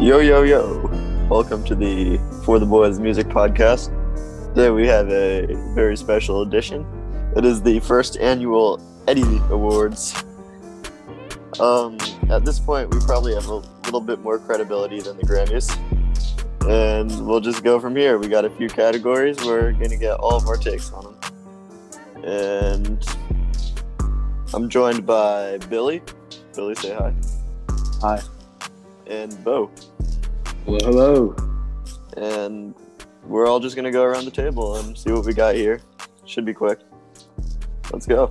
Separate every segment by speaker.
Speaker 1: Yo, yo, yo. Welcome to the For the Boys Music Podcast. Today we have a very special edition. It is the first annual Eddie Awards. Um, at this point, we probably have a little bit more credibility than the Grammys. And we'll just go from here. We got a few categories. We're going to get all of our takes on them. And I'm joined by Billy. Billy, say hi.
Speaker 2: Hi.
Speaker 1: And Bo.
Speaker 2: Hello, hello.
Speaker 1: and we're all just gonna go around the table and see what we got here. Should be quick. Let's go.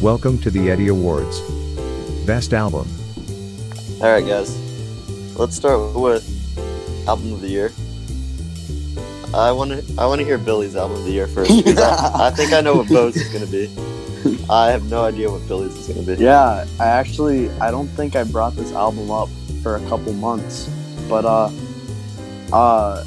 Speaker 3: Welcome to the Eddie Awards. Best album.
Speaker 1: All right, guys. Let's start with album of the year. I want to. I want to hear Billy's album of the year first. because I, I think I know what Bo's is gonna be. I have no idea what Billy's is gonna be.
Speaker 2: Yeah, I actually I don't think I brought this album up for a couple months, but uh, uh,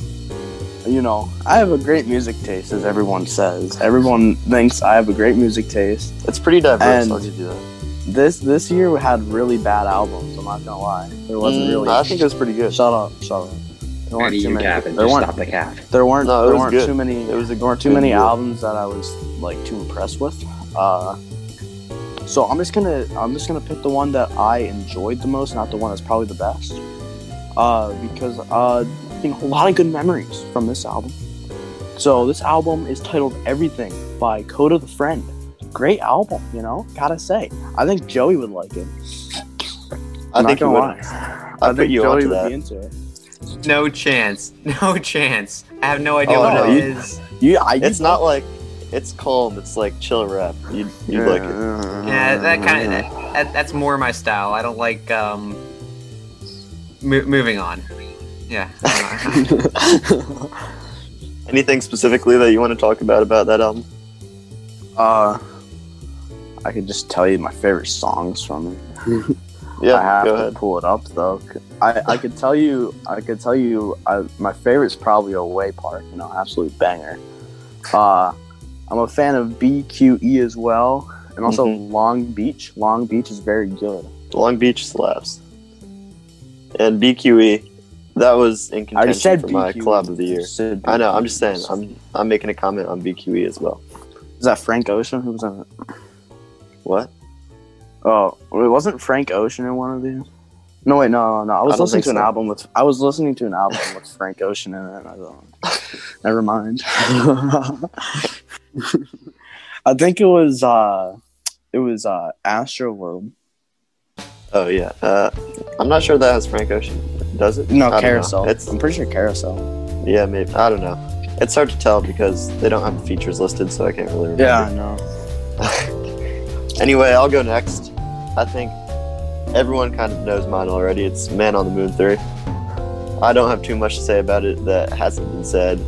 Speaker 2: you know I have a great music taste, as everyone says. Everyone thinks I have a great music taste.
Speaker 1: It's pretty diverse.
Speaker 2: And-
Speaker 1: I'll give you that.
Speaker 2: This this year we had really bad albums. I'm not gonna lie, there wasn't
Speaker 1: Mm,
Speaker 2: really.
Speaker 1: I think it was pretty good.
Speaker 2: shut up, shut up. There
Speaker 4: How do
Speaker 2: weren't too
Speaker 4: you
Speaker 2: many.
Speaker 4: cap it?
Speaker 2: There
Speaker 4: Just
Speaker 2: weren't.
Speaker 4: stop the cap.
Speaker 2: There weren't.
Speaker 1: No, it
Speaker 2: there
Speaker 1: was
Speaker 2: weren't
Speaker 1: good.
Speaker 2: too many.
Speaker 1: It was a
Speaker 2: there weren't too many
Speaker 1: good year.
Speaker 2: albums that I was like too impressed with. Uh, so I'm just gonna I'm just gonna pick the one that I enjoyed the most, not the one that's probably the best, uh, because uh, you know, a lot of good memories from this album. So this album is titled "Everything" by Coda the Friend. Great album, you know. Gotta say, I think Joey would like it.
Speaker 1: I
Speaker 2: I'm not
Speaker 1: think you
Speaker 2: gonna
Speaker 1: would.
Speaker 2: lie.
Speaker 1: I
Speaker 2: I
Speaker 1: put
Speaker 2: think
Speaker 1: you
Speaker 2: Joey
Speaker 1: onto
Speaker 2: would
Speaker 1: that.
Speaker 2: be into it.
Speaker 4: No chance. No chance. I have no idea
Speaker 1: Oh,
Speaker 4: what
Speaker 1: no,
Speaker 4: it
Speaker 1: you-
Speaker 4: is.
Speaker 2: You, I,
Speaker 1: It's not like it's calm. It's like chill rap. You'd, you'd like it.
Speaker 4: Yeah, that
Speaker 1: Uh,
Speaker 4: kind of that, that, that's more my style. I don't like um mo- moving on. Yeah. I don't know.
Speaker 1: Anything specifically that you want to talk about about that album?
Speaker 2: Uh, I could just tell you my favorite songs from it.
Speaker 1: Yeah,
Speaker 2: I have
Speaker 1: go
Speaker 2: to
Speaker 1: ahead.
Speaker 2: pull it up though. I, I could tell you, I could tell you, I, my favorite's probably Away Park. You know, absolute banger. Uh, I'm a fan of BQE as well, and also
Speaker 1: Mm-hmm.
Speaker 2: Long Beach. Long Beach is very good.
Speaker 1: Long Beach slaps. And BQE, that was in
Speaker 2: I
Speaker 1: contention
Speaker 2: just said E.
Speaker 1: for my
Speaker 2: BQE.
Speaker 1: collab of the year.
Speaker 2: Said E.
Speaker 1: I know. I'm just saying.
Speaker 2: BQE.
Speaker 1: I'm I'm making a comment on BQE as well.
Speaker 2: Is that Frank Ocean? Who was in it?
Speaker 1: What?
Speaker 2: Oh, it wasn't Frank Ocean in one of these. No, wait, no, no. I was
Speaker 1: I don't
Speaker 2: listening
Speaker 1: think
Speaker 2: to an
Speaker 1: so.
Speaker 2: album with. I was listening to an album with Frank Ocean in it. And I don't. Never mind. I think it was. uh It was uh Astro World.
Speaker 1: Oh yeah. Uh, I'm not sure that has Frank Ocean. Does it? I
Speaker 2: No,
Speaker 1: don't know.
Speaker 2: Carousel.
Speaker 1: It's
Speaker 2: I'm pretty sure Carousel.
Speaker 1: yeah, maybe. I don't know. It's hard to tell because they don't have features listed, so I can't really remember.
Speaker 2: Yeah, I know.
Speaker 1: Anyway, I'll go next. I think everyone kind of knows mine already. It's Man on the Moon 3. I don't have too much to say about it that hasn't been said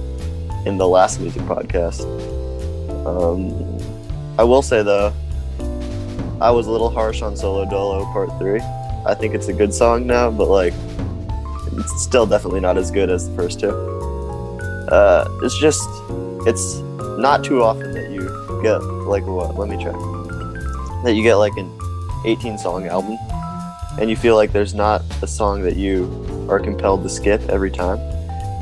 Speaker 1: in the last music podcast. Um, I will say, though, I was a little harsh on Solo Dolo Part 3. I think it's a good song now, but like, it's still definitely not as good as the first two. Uh, it's just, it's not too often that you get, like, what? Let me check that you get like an 18 song album and you feel like there's not a song that you are compelled to skip every time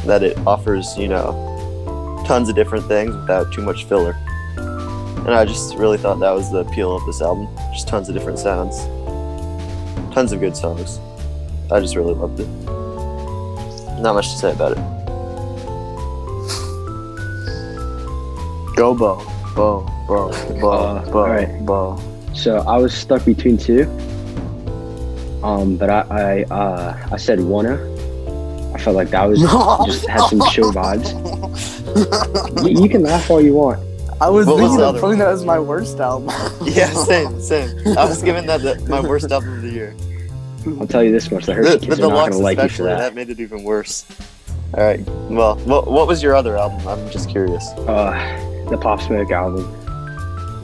Speaker 1: that it offers you know tons of different things without too much filler and i just really thought that was the appeal of this album just tons of different sounds tons of good songs i just really loved it not much to say about it
Speaker 2: Go Bo, Bo, Bo, Bo,
Speaker 4: Uh,
Speaker 2: Bo,
Speaker 4: alright.
Speaker 2: Bo.
Speaker 5: So I was stuck between two. Um, but I I, uh, I said wanna. I felt like that was just had some chill vibes. You, you can laugh all you want.
Speaker 2: I was
Speaker 1: What was
Speaker 2: thinking
Speaker 1: the
Speaker 2: of
Speaker 1: other
Speaker 2: something that was my worst album.
Speaker 1: yeah same same i was giving that the, my worst album of the year
Speaker 5: I'll tell you this much: the Hershey
Speaker 1: the,
Speaker 5: Kids
Speaker 1: the
Speaker 5: are not
Speaker 1: deluxe
Speaker 5: gonna like you for
Speaker 1: especially
Speaker 5: that.
Speaker 1: that made it even worse. All right. Well, what, what was your other album? I'm just curious.
Speaker 5: Uh, the Pop Smoke album.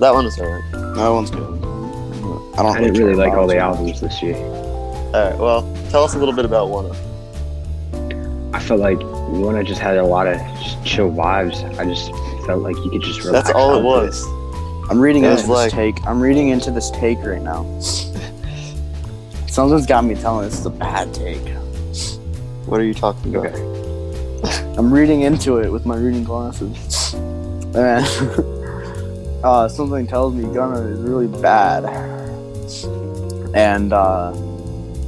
Speaker 1: That one was alright.
Speaker 2: That one's good. I don't.
Speaker 5: I didn't really
Speaker 2: care
Speaker 5: like all
Speaker 2: about
Speaker 5: the
Speaker 2: it.
Speaker 5: albums this year.
Speaker 1: All right. Well, tell us a little bit about one of.
Speaker 5: I felt like wanna just had a lot of just chill vibes. I just felt like you could just relax.
Speaker 1: That's all
Speaker 5: out
Speaker 1: it
Speaker 5: to
Speaker 1: was.
Speaker 2: I'm reading
Speaker 1: It
Speaker 2: into
Speaker 1: was like-
Speaker 2: this take. I'm reading into this take right now. Someone's got me telling this is a bad take.
Speaker 1: What are you talking about?
Speaker 2: I'm reading into it with my reading glasses. And uh, something tells me Gunna is really bad. And uh,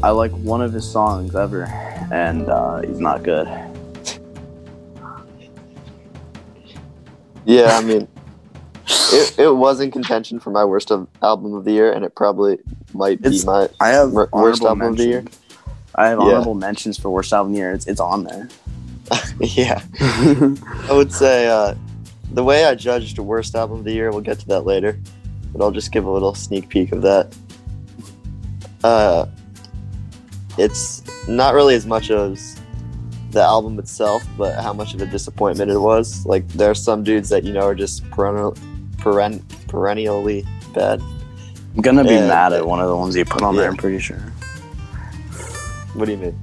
Speaker 2: I like one of his songs ever, and uh, he's not good.
Speaker 1: Yeah, I mean, it, it was in contention for my worst of, album of the year, and it probably might
Speaker 2: It's-
Speaker 1: be my
Speaker 2: I have
Speaker 1: wor- worst album of the year.
Speaker 2: I have
Speaker 1: Yeah.
Speaker 2: honorable mentions for worst album of the year. It's, it's on there.
Speaker 1: Yeah, I would say uh, the way I judged worst album of the year. We'll get to that later, but I'll just give a little sneak peek of that. Uh, it's not really as much as the album itself, but how much of a disappointment it was. Like there are some dudes that you know are just perennial, peren- perennially bad.
Speaker 2: I'm gonna be
Speaker 1: Yeah.
Speaker 2: mad at one of the ones you put on there.
Speaker 1: Yeah.
Speaker 2: I'm pretty sure.
Speaker 1: What do you mean?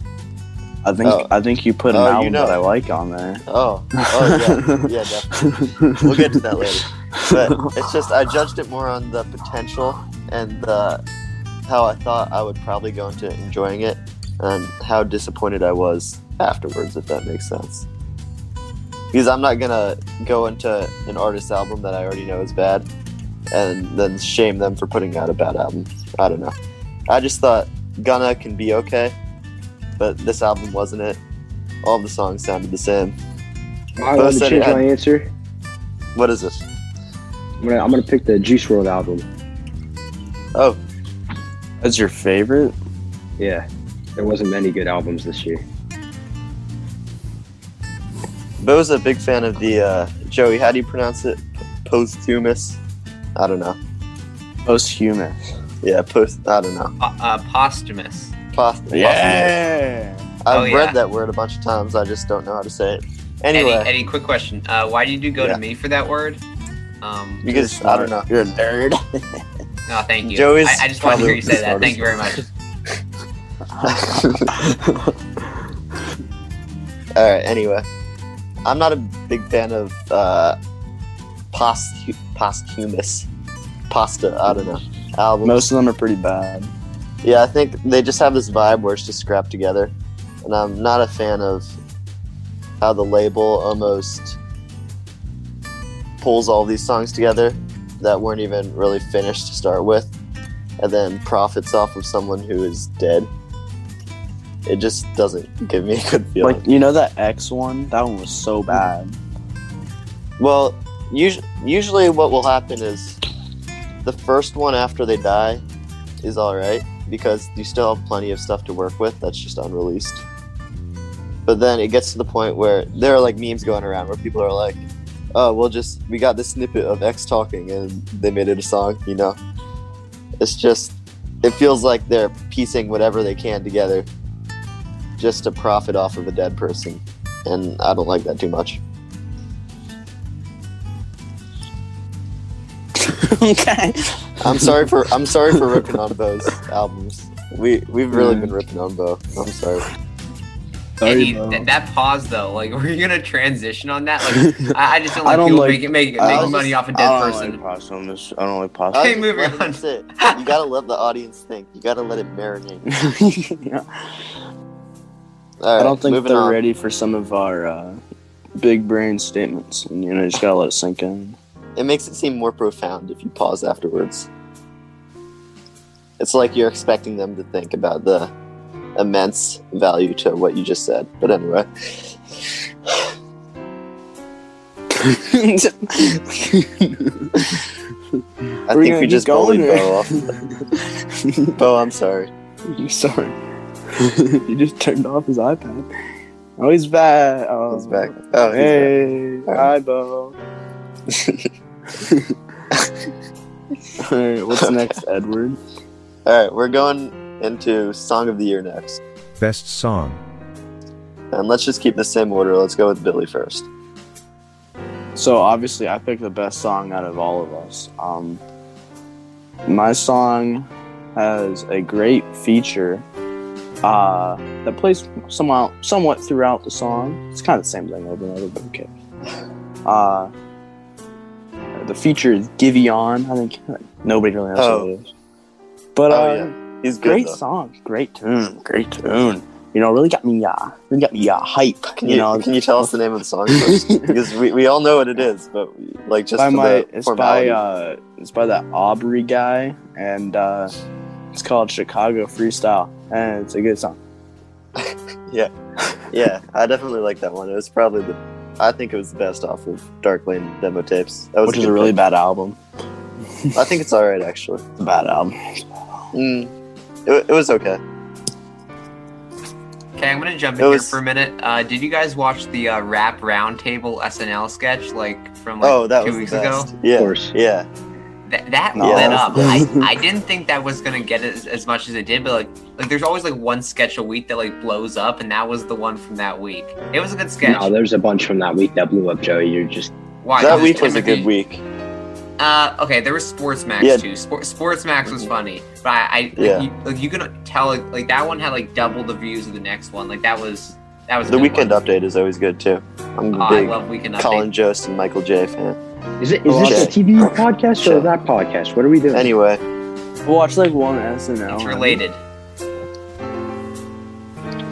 Speaker 2: I think
Speaker 1: Oh.
Speaker 2: I think you put an
Speaker 1: Oh, you
Speaker 2: album
Speaker 1: know.
Speaker 2: that I like on there.
Speaker 1: Oh, oh yeah, yeah, definitely. We'll get to that later. But it's just I judged it more on the potential and the how I thought I would probably go into enjoying it, and how disappointed I was afterwards, if that makes sense. Because I'm not gonna go into an artist's album that I already know is bad, and then shame them for putting out a bad album. I don't know. I just thought Gunna can be okay, but this album wasn't it. All the songs sounded the same.
Speaker 5: Am I allowed to
Speaker 1: Both said
Speaker 5: change
Speaker 1: it had-
Speaker 5: my answer?
Speaker 1: What is it?
Speaker 5: I'm gonna, I'm gonna pick the Juice World album.
Speaker 1: Oh,
Speaker 2: That's your favorite?
Speaker 5: Yeah, there wasn't many good albums this year.
Speaker 1: Bo's a big fan of the uh, Joey. How do you pronounce it? P- posthumous. I don't know.
Speaker 2: Posthumous.
Speaker 1: Yeah, post. I don't know.
Speaker 4: Po- uh, posthumous.
Speaker 1: Post.
Speaker 2: Yeah.
Speaker 1: posthumous.
Speaker 4: Oh,
Speaker 1: I've
Speaker 4: yeah.
Speaker 1: read that word a bunch of times. I just don't know how to say it. Anyway,
Speaker 4: Eddie, Eddie, quick question. Uh, why did you go
Speaker 1: Yeah.
Speaker 4: to me for that word? Um,
Speaker 1: because I don't know. You're a nerd.
Speaker 4: no, thank you.
Speaker 1: Joey's
Speaker 4: I, I just wanted to hear you say that.
Speaker 1: probably-
Speaker 4: Thank you very much.
Speaker 1: All right. Anyway, I'm not a big fan of uh, post posthumous pasta. I don't know albums.
Speaker 2: Most of them are pretty bad.
Speaker 1: Yeah, I think they just have this vibe where it's just scrapped together. And I'm not a fan of how the label almost pulls all these songs together that weren't even really finished to start with and then profits off of someone who is dead. It just doesn't give me a good feeling.
Speaker 2: Like you know that X one? That one was so bad.
Speaker 1: Well, usually, usually what will happen is the first one after they die is all right because you still have plenty of stuff to work with that's just unreleased. But then it gets to the point where there are like memes going around where people are like, "Oh, we'll just we got this snippet of X talking and they made it a song," you know. It's just it feels like they're piecing whatever they can together just to profit off of a dead person, and I don't like that too much.
Speaker 2: okay.
Speaker 1: I'm sorry for I'm sorry for ripping on Bo's albums. We we've really
Speaker 2: Mm.
Speaker 1: been ripping on Bo. I'm sorry.
Speaker 4: Eddie, th- that pause though, like, were you gonna transition on that? Like, I, I just don't like
Speaker 2: I don't
Speaker 4: people
Speaker 2: like-
Speaker 4: making make,
Speaker 2: I
Speaker 4: making
Speaker 1: was
Speaker 4: money
Speaker 1: just-
Speaker 4: off a dead person.
Speaker 2: posthumous. I don't like
Speaker 1: I
Speaker 4: Okay,
Speaker 1: just
Speaker 4: moving
Speaker 1: let it
Speaker 4: on.
Speaker 1: sit. You gotta let the audience think. You gotta let it marinate. All right,
Speaker 2: I don't think
Speaker 1: moving
Speaker 2: they're
Speaker 1: on.
Speaker 2: ready for some of our uh, big brain statements, and you know, you just gotta let it sink in.
Speaker 1: It makes it seem more profound if you pause afterwards. It's like you're expecting them to think about the immense value to what you just said. But anyway, I
Speaker 2: We're
Speaker 1: think
Speaker 2: gonna
Speaker 1: we
Speaker 2: keep
Speaker 1: just bullied
Speaker 2: going here.
Speaker 1: Bo off. Bo, I'm sorry.
Speaker 2: You sorry. you just turned off his iPad. Oh, he's back. Oh,
Speaker 1: He's back. Oh, he's back.
Speaker 2: hey, hi, Bo. All right, what's next, Edward?
Speaker 1: All right, we're going into song of the year next.
Speaker 3: Best song.
Speaker 1: And let's just keep the same order. Let's go with Billy first.
Speaker 2: So obviously, I picked the best song out of all of us. Um, my song has a great feature uh, that plays somewhat somewhat throughout the song. It's kind of the same thing over and over, but okay. Uh, uh, the feature is Giveon. I think nobody really knows
Speaker 1: Oh.
Speaker 2: who it is. But
Speaker 1: Oh,
Speaker 2: uh,
Speaker 1: yeah. He's good.
Speaker 2: great
Speaker 1: though.
Speaker 2: song, great tune, great tune. You know, really got me, yeah, really got me, yeah, hype.
Speaker 1: Can
Speaker 2: You,
Speaker 1: you,
Speaker 2: know,
Speaker 1: can you tell us the name of the song? first? because we, we all know what it is, but we- like just
Speaker 2: by
Speaker 1: for the
Speaker 2: my, it's by
Speaker 1: formality.
Speaker 2: uh, it's by that Aubrey guy, and uh, it's called Chicago Freestyle, and it's a good song.
Speaker 1: yeah, I definitely like that one. It was probably the I think it was the best off of Dark Lane demo tapes. That was
Speaker 2: which is
Speaker 1: good
Speaker 2: a really bad album.
Speaker 1: pick. I think it's all right actually.
Speaker 2: It's a bad album.
Speaker 1: Mm, it, it was okay.
Speaker 4: Okay, I'm gonna jump in
Speaker 1: It
Speaker 4: here
Speaker 1: was-
Speaker 4: for a minute. Uh, did you guys watch the uh, rap roundtable SNL sketch like from like
Speaker 1: oh, that
Speaker 4: two
Speaker 1: was
Speaker 4: weeks
Speaker 1: the
Speaker 4: ago?
Speaker 1: best. Yeah,
Speaker 5: Of course.
Speaker 1: yeah,
Speaker 4: Th- that
Speaker 2: No.
Speaker 4: lit
Speaker 1: Yeah.
Speaker 4: up. I, I didn't think that was gonna get as, as much as it did, but like like there's always like one sketch a week that like blows up, and that was the one from that week. It was a good sketch.
Speaker 5: No, there's a bunch from that week that blew up, Joey. You're just
Speaker 4: Why?
Speaker 1: that
Speaker 4: It
Speaker 1: week was a
Speaker 4: Timothy-
Speaker 1: good week.
Speaker 4: Uh, okay, there was Sports Max
Speaker 1: Yeah.
Speaker 4: too. Spor- Sports Max was funny, but I, I like,
Speaker 1: Yeah.
Speaker 4: you, like you can tell like, like that one had like double the views of the next one. Like that was that was a
Speaker 1: The
Speaker 4: good
Speaker 1: weekend
Speaker 4: One.
Speaker 1: update is always good too. I'm
Speaker 4: Oh,
Speaker 1: a
Speaker 4: I
Speaker 1: big
Speaker 4: love weekend
Speaker 1: Colin
Speaker 4: update.
Speaker 1: Jost and Michael J fan.
Speaker 5: is it is this a
Speaker 1: Okay.
Speaker 5: TV podcast
Speaker 1: Sure.
Speaker 5: or that podcast? What are we doing?
Speaker 1: Anyway,
Speaker 2: Watch like one SNL.
Speaker 4: It's related.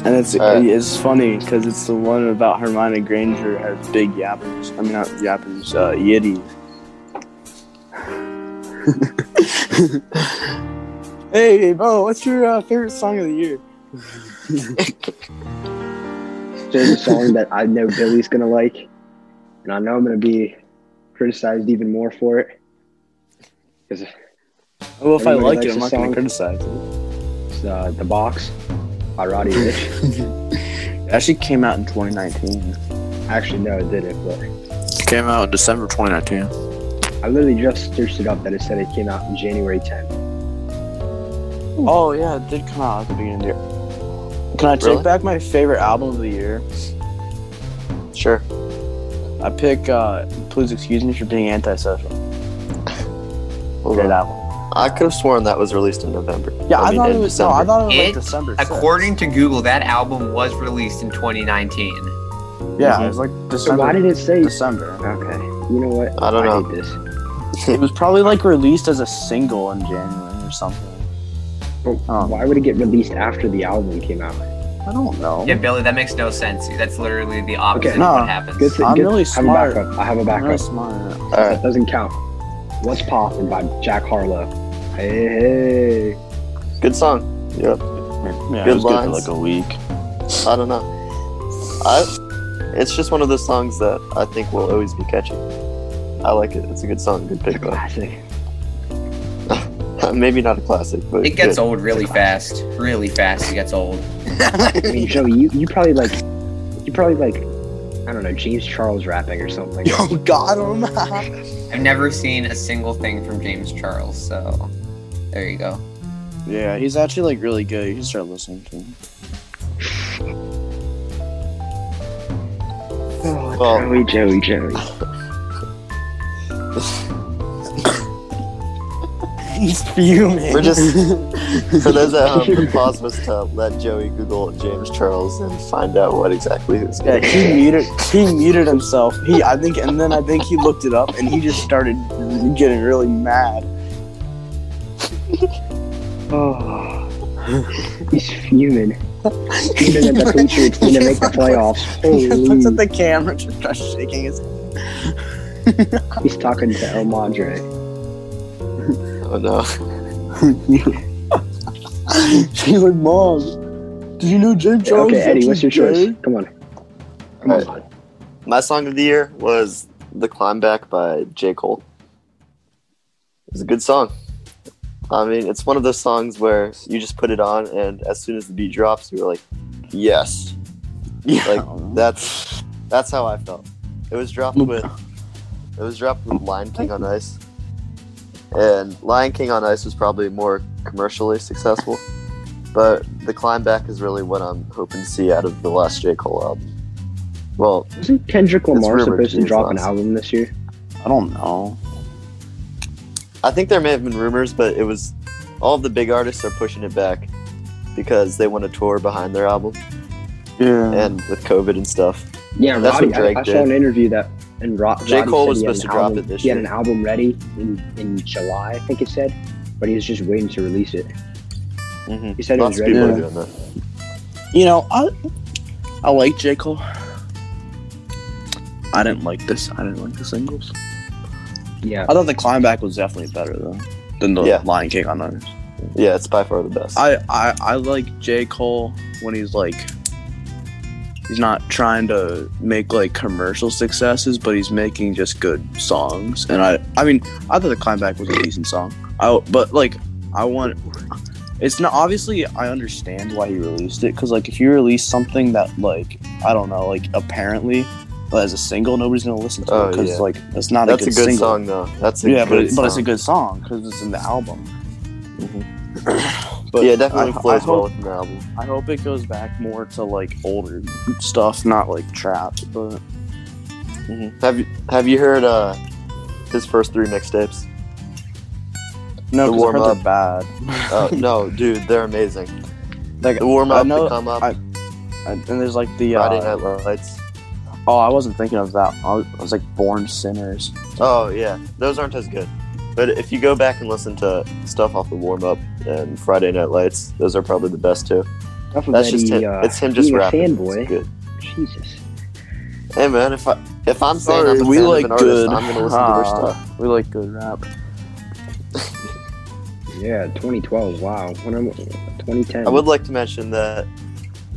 Speaker 2: And it's
Speaker 1: Alright.
Speaker 2: it's funny because it's the one about Hermione Granger has big yappers. I mean, not yappers, uh, yiddies. hey, Bo, what's your uh, favorite song of the year?
Speaker 5: There's a song that I know Billy's gonna like, and I know I'm gonna be criticized even more for it. Because
Speaker 2: Well, if I
Speaker 5: Everybody
Speaker 2: like it,
Speaker 5: likes
Speaker 2: I'm
Speaker 5: the
Speaker 2: not going
Speaker 5: song.
Speaker 2: to criticize it.
Speaker 5: it's uh, the box by Roddy Rich.
Speaker 2: It actually came out in 2019.
Speaker 5: Actually, no, it didn't. But
Speaker 2: It came out in December 2019.
Speaker 5: I literally just searched it up that it said it came out in January 10th.
Speaker 2: Oh, yeah, it did come out at the beginning of the year. Can I take
Speaker 1: Really?
Speaker 2: back my favorite album of the year?
Speaker 1: sure.
Speaker 2: I pick, uh, please excuse me for being antisocial.
Speaker 1: Hold
Speaker 2: Great
Speaker 1: on.
Speaker 2: album.
Speaker 1: I could have sworn that was released in November.
Speaker 2: Yeah, I,
Speaker 1: mean,
Speaker 2: thought
Speaker 1: in
Speaker 2: it was. No, I
Speaker 1: December.
Speaker 2: thought it was
Speaker 4: It-
Speaker 2: like December. 6th.
Speaker 4: According to Google, that album was released in 2019.
Speaker 2: yeah,
Speaker 1: Mhm.
Speaker 2: it was like
Speaker 5: So
Speaker 2: December.
Speaker 5: why did it say?
Speaker 2: December?
Speaker 5: Okay, you know what?
Speaker 1: I don't know.
Speaker 5: hate this.
Speaker 2: it was probably like released as a single in January or something.
Speaker 5: But
Speaker 2: Oh.
Speaker 5: why would it get released after the album came out?
Speaker 2: I don't know.
Speaker 4: Yeah, Billy, that makes no sense. That's literally the opposite
Speaker 5: Okay,
Speaker 4: of
Speaker 2: no.
Speaker 4: what happens.
Speaker 5: Good thing.
Speaker 2: I'm
Speaker 5: good-
Speaker 2: really
Speaker 5: I have
Speaker 2: smart.
Speaker 5: a backup. I have a
Speaker 2: I'm
Speaker 5: backup.
Speaker 2: really smart.
Speaker 1: All right.
Speaker 5: That doesn't count. What's Poppin' by Jack Harlow. Hey, hey.
Speaker 1: Good song. Yep. Good
Speaker 2: Yeah, it was good for
Speaker 1: lines.
Speaker 2: like a week.
Speaker 1: I don't know. I, it's just one of those songs that I think will always be catchy. I like it. It's a good song. Good
Speaker 5: It's a
Speaker 1: pick. though.
Speaker 5: classic.
Speaker 1: Maybe not a classic, but
Speaker 4: It gets
Speaker 1: good.
Speaker 4: old really fast. Really fast, it gets old.
Speaker 5: I mean, Joey, you, you probably like, you probably like, I don't know, James Charles rapping or something.
Speaker 2: Yo, got him.
Speaker 4: I've never seen a single thing from James Charles, so there you go.
Speaker 2: yeah, he's actually like really good. You can start listening to him.
Speaker 1: Well,
Speaker 5: Oh, Joey, Joey, Joey.
Speaker 2: He's fuming.
Speaker 1: We're just- for those at home, the pause was to let Joey Google James Charles and find out what exactly he was
Speaker 2: Yeah,
Speaker 1: getting.
Speaker 2: he muted. He muted himself. He, I think, and then I think he looked it up, and he just started getting really mad.
Speaker 5: He's fuming. Fuming at the Patriots going to make the playoffs.
Speaker 2: He just looks at
Speaker 5: Holy.
Speaker 2: the camera, just starts shaking his head.
Speaker 5: He's talking to El Madre.
Speaker 1: Oh no.
Speaker 2: She's like, Mom, do you know Jim Charles?
Speaker 5: Okay, Eddie, what's your
Speaker 2: actually
Speaker 5: choice? Come on. Come
Speaker 1: Alright.
Speaker 5: on.
Speaker 1: My song of the year was "The Climb Back" by J. Cole. It's a good song. I mean, it's one of those songs where you just put it on, and as soon as the beat drops, you're like, "Yes,
Speaker 2: Yeah.
Speaker 1: Like, That's that's how I felt. It was dropped
Speaker 5: Mm.
Speaker 2: Look.
Speaker 1: with it was dropped with Lion King on Ice, and Lion King on Ice was probably more commercially successful, but the climb back is really what I'm hoping to see out of the last J Cole album. Well,
Speaker 5: Isn't Kendrick Lamar
Speaker 1: rumored
Speaker 5: supposed
Speaker 1: to
Speaker 5: to
Speaker 1: be
Speaker 5: drop
Speaker 1: his
Speaker 5: an
Speaker 1: last.
Speaker 5: album this year?
Speaker 2: I don't know.
Speaker 1: I think there may have been rumors, but it was all of the big artists are pushing it back because they want to tour behind their album,
Speaker 2: Yeah. Mm.
Speaker 1: and with COVID and stuff.
Speaker 5: Yeah,
Speaker 1: That's
Speaker 5: Roddy.
Speaker 1: what Drake
Speaker 5: I, I
Speaker 1: did.
Speaker 5: saw an interview that and Ro-
Speaker 1: J.
Speaker 5: Roddy
Speaker 1: Cole
Speaker 5: said
Speaker 1: was
Speaker 5: he had
Speaker 1: supposed
Speaker 5: an
Speaker 1: to drop
Speaker 5: album-
Speaker 1: it this
Speaker 5: He had
Speaker 1: year.
Speaker 5: an album ready in, in July, I think it said, but he was just waiting to release it.
Speaker 1: hmm
Speaker 5: He said
Speaker 1: Lots
Speaker 5: it
Speaker 1: of
Speaker 5: was
Speaker 1: people
Speaker 5: ready.
Speaker 1: are doing that.
Speaker 2: You know, I I like J. Cole. I didn't like this. I didn't like the singles.
Speaker 5: Yeah,
Speaker 2: I thought the climbback was definitely better though than the
Speaker 1: Yeah.
Speaker 2: Lion King. I know.
Speaker 1: Yeah, it's by far the best.
Speaker 2: I, I I like J. Cole when he's like he's not trying to make like commercial successes, but he's making just good songs. And I I mean I thought the climbback was a decent song. I but like I want it's not obviously I understand why he released it because like if you release something that like I don't know like apparently as a single nobody's gonna listen to
Speaker 1: Oh,
Speaker 2: it 'cause it because
Speaker 1: yeah.
Speaker 2: like it's not
Speaker 1: That's a
Speaker 2: a
Speaker 1: good,
Speaker 2: good, single.
Speaker 1: song though. That's a
Speaker 2: yeah, but,
Speaker 1: good
Speaker 2: it, but it's a
Speaker 1: song. Mm-hmm.
Speaker 2: good song because it's in the album. but
Speaker 1: yeah, it definitely
Speaker 2: I- I
Speaker 1: flows well
Speaker 2: hope-
Speaker 1: with an album.
Speaker 2: I hope it goes back more to like older stuff, not like trap. But Mm-hmm.
Speaker 1: Have you Have you heard uh his first three mixtapes?
Speaker 2: no,
Speaker 1: The
Speaker 2: 'cause I heard
Speaker 1: warm-up.
Speaker 2: they're bad.
Speaker 1: Uh, no, dude, they're amazing.
Speaker 2: Like,
Speaker 1: The warm
Speaker 2: I
Speaker 1: up,
Speaker 2: know-
Speaker 1: the come up,
Speaker 2: I- and, and there's like the
Speaker 1: Friday
Speaker 2: uh,
Speaker 1: Night Lights.
Speaker 2: oh, I wasn't thinking of that. I was, I was like Born Sinners.
Speaker 1: Oh yeah, those aren't as good. But if you go back and listen to stuff off the warm up and Friday Night Lights, those are probably the best too.
Speaker 5: Enough of
Speaker 1: That's
Speaker 5: that,
Speaker 1: just
Speaker 5: he,
Speaker 1: him.
Speaker 5: uh,
Speaker 1: it's him just
Speaker 5: being a
Speaker 1: rapping. It's
Speaker 5: fanboy.
Speaker 1: good.
Speaker 5: Jesus.
Speaker 1: Hey man, if I if I'm saying
Speaker 2: Sorry,
Speaker 1: I'm a
Speaker 2: we
Speaker 1: fan
Speaker 2: like
Speaker 1: of an
Speaker 2: good.
Speaker 1: artist, I'm gonna listen to their
Speaker 2: Ah,
Speaker 1: stuff.
Speaker 2: We like good rap.
Speaker 5: Yeah, 2012. Wow. When I'm 2010.
Speaker 1: I would like to mention that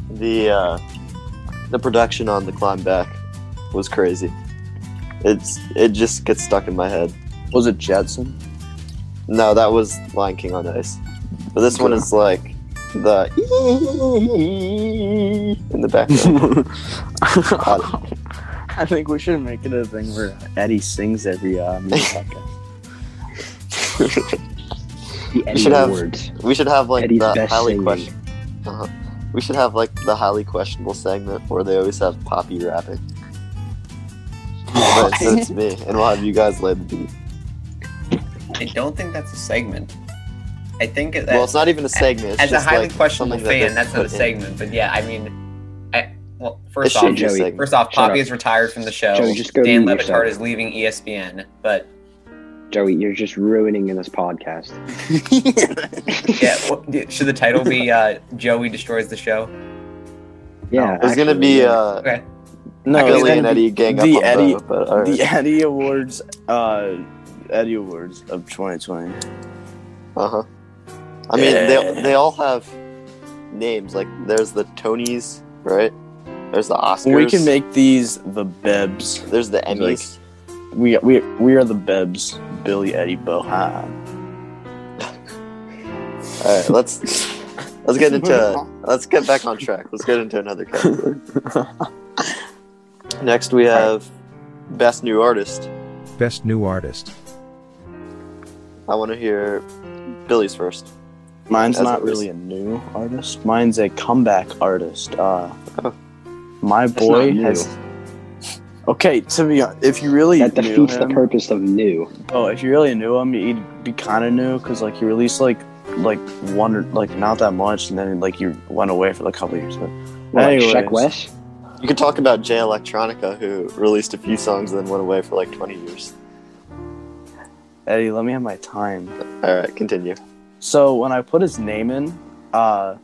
Speaker 1: the uh, the production on the climb back was crazy. It's it just gets stuck in my head.
Speaker 2: Was it Jetson?
Speaker 1: No, that was Lion King on Ice, but this one is like the in the background.
Speaker 2: I think we should make it a thing where Eddie sings every uh, music podcast.
Speaker 5: the Eddie
Speaker 1: should have-
Speaker 5: Awards.
Speaker 1: We should have like
Speaker 5: Eddie's
Speaker 1: the
Speaker 5: best
Speaker 1: highly
Speaker 5: singing.
Speaker 1: question. uh We should have like the highly questionable segment where they always have Poppy rapping. But so it's me, and we'll have you guys lay the beat.
Speaker 4: I don't think that's a segment. I think that
Speaker 1: Well, it's not even a segment. It's
Speaker 4: as a
Speaker 1: just,
Speaker 4: highly
Speaker 1: like,
Speaker 4: questionable
Speaker 1: something that
Speaker 4: fan,
Speaker 1: they
Speaker 4: that's not a
Speaker 1: put in.
Speaker 4: segment. But yeah, I mean, I, well, first
Speaker 1: It should
Speaker 4: off,
Speaker 1: be a
Speaker 5: Joey,
Speaker 1: segment.
Speaker 4: first off,
Speaker 5: Shut
Speaker 4: Poppy
Speaker 5: up.
Speaker 4: is retired from the show.
Speaker 5: Joey, just go
Speaker 4: Dan
Speaker 5: mute yourself.
Speaker 4: Levitard is leaving E ESPN. But
Speaker 5: Joey, you're just ruining this podcast.
Speaker 4: yeah, what, should the title be uh, "Joey Destroys the Show"?
Speaker 5: Yeah.
Speaker 1: There's gonna
Speaker 5: actually,
Speaker 1: be
Speaker 5: yeah.
Speaker 1: uh,
Speaker 4: Okay,
Speaker 2: no, it's
Speaker 1: Billy and
Speaker 2: gonna
Speaker 1: Eddie gang up
Speaker 2: the
Speaker 1: on
Speaker 2: Eddie-
Speaker 1: Bo, but all right.
Speaker 2: The Eddie Awards, uh, Eddie Awards of 2020.
Speaker 1: uh huh. I mean,
Speaker 2: Yeah.
Speaker 1: they they all have names. Like there's the Tonys, right? There's the Oscars.
Speaker 2: We can make these the Bebs.
Speaker 1: There's the Emmys.
Speaker 2: We we we are the Bebs. Billy, Eddie, Bohan.
Speaker 1: all right, let's let's get into let's get back on track. Let's get into another category. Next, we have best new artist.
Speaker 3: Best New Artist.
Speaker 1: I want to hear Billy's first.
Speaker 2: Mine's
Speaker 1: That's
Speaker 2: not
Speaker 1: what it
Speaker 2: really a new artist. Mine's a comeback artist. Uh,
Speaker 1: Oh.
Speaker 2: my
Speaker 5: That's
Speaker 2: boy
Speaker 5: not new.
Speaker 2: has. Okay, to be honest, if you really
Speaker 5: uh, That
Speaker 2: knew
Speaker 5: defeats the
Speaker 2: him,
Speaker 5: purpose of new.
Speaker 2: oh, if you really knew him, he'd be kind of new because like he released like like one or like not that much, and then like he went away for like, a couple years. But
Speaker 5: What, like
Speaker 2: Anyways.
Speaker 5: Sheck West?
Speaker 1: You could talk about Jay Electronica, who released a few songs and then went away for like 20 years.
Speaker 2: Eddie, let me have my time.
Speaker 1: All right, continue.
Speaker 2: So when I put his name in, uh,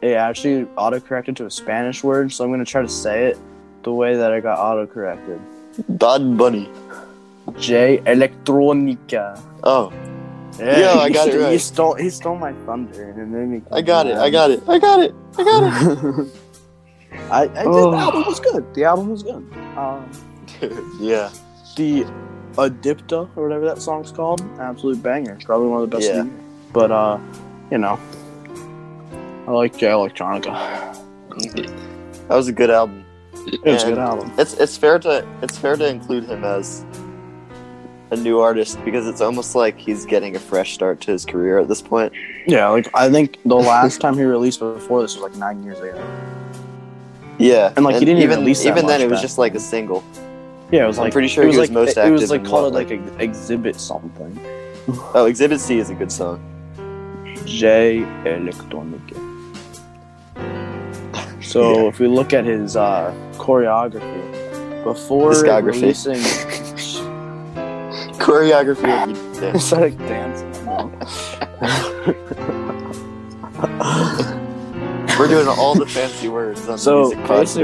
Speaker 2: it actually autocorrected to a Spanish word. So I'm gonna try to say it the way that I got autocorrected.
Speaker 1: Bad Bunny.
Speaker 2: J electronica.
Speaker 1: Oh,
Speaker 2: Yeah,
Speaker 1: I got
Speaker 2: he,
Speaker 1: it right.
Speaker 2: He stole he stole my thunder and it made me.
Speaker 1: I got it. I got it. I got it. I got it.
Speaker 2: I, I did,
Speaker 5: Oh.
Speaker 2: the album was good. The album was good. Um,
Speaker 1: yeah.
Speaker 2: the Adipta or whatever that song's called, absolute banger. It's probably one of the best. of
Speaker 1: Yeah.
Speaker 2: the year. But uh, you know, I like J electronica.
Speaker 1: That was a good album.
Speaker 2: It was a
Speaker 1: And-
Speaker 2: good album.
Speaker 1: It's it's fair to it's fair to include him as a new artist because it's almost like he's getting a fresh start to his career at this point.
Speaker 2: Yeah, like I think the last time he released before this was like nine years ago.
Speaker 1: Yeah.
Speaker 2: And, like, he didn't even
Speaker 1: even
Speaker 2: release that
Speaker 1: even then
Speaker 2: much
Speaker 1: it was
Speaker 2: back
Speaker 1: just like a single.
Speaker 2: Yeah, it was
Speaker 1: I'm
Speaker 2: like
Speaker 1: pretty sure
Speaker 2: it was
Speaker 1: he was
Speaker 2: like
Speaker 1: most
Speaker 2: it, it was
Speaker 1: active
Speaker 2: like
Speaker 1: in
Speaker 2: called
Speaker 1: what,
Speaker 2: like, ex- exhibit something.
Speaker 1: Oh, Exhibit C is a good song.
Speaker 2: J Electronica. So if we look at his uh, choreography before
Speaker 1: Discography.
Speaker 2: releasing
Speaker 1: Choreography of the dance.
Speaker 2: Is that a dance? No.
Speaker 1: We're doing all the fancy words on
Speaker 2: So
Speaker 1: the music podcast.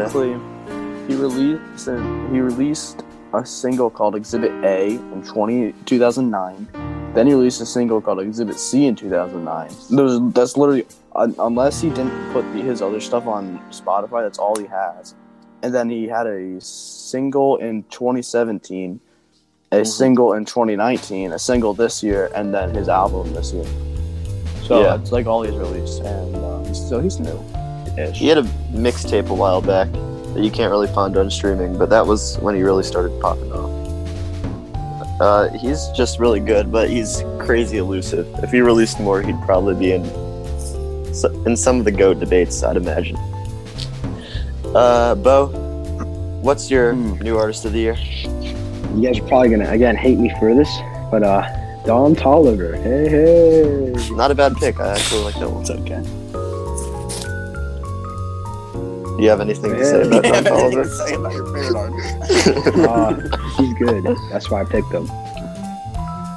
Speaker 2: basically, he released a, he released a single called Exhibit A in 20, 2009. Then he released a single called Exhibit C in 2009. Those that's literally un, unless he didn't put the, his other stuff on Spotify, that's all he has. And then he had a single in 2017, a
Speaker 1: Mhm.
Speaker 2: single in 2019, a single this year, and then his album this year. So
Speaker 1: Yeah.
Speaker 2: that's like all he's released, and um, so he's new.
Speaker 1: He had a mixtape a while back that you can't really find on streaming, but that was when he really started popping off. Uh, he's just really good, but he's crazy elusive. If he released more, he'd probably be in so- in some of the goat debates, I'd imagine. Uh, Bo, what's your
Speaker 2: Hmm.
Speaker 1: new artist of the year?
Speaker 5: You guys are probably gonna again hate me for this, but uh, Don Tolliver. Hey, hey.
Speaker 1: Not a bad pick. I actually like that one.
Speaker 2: It's okay.
Speaker 1: Do you have anything to say about Don Tolliver?
Speaker 5: Uh, he's good. That's why I picked him.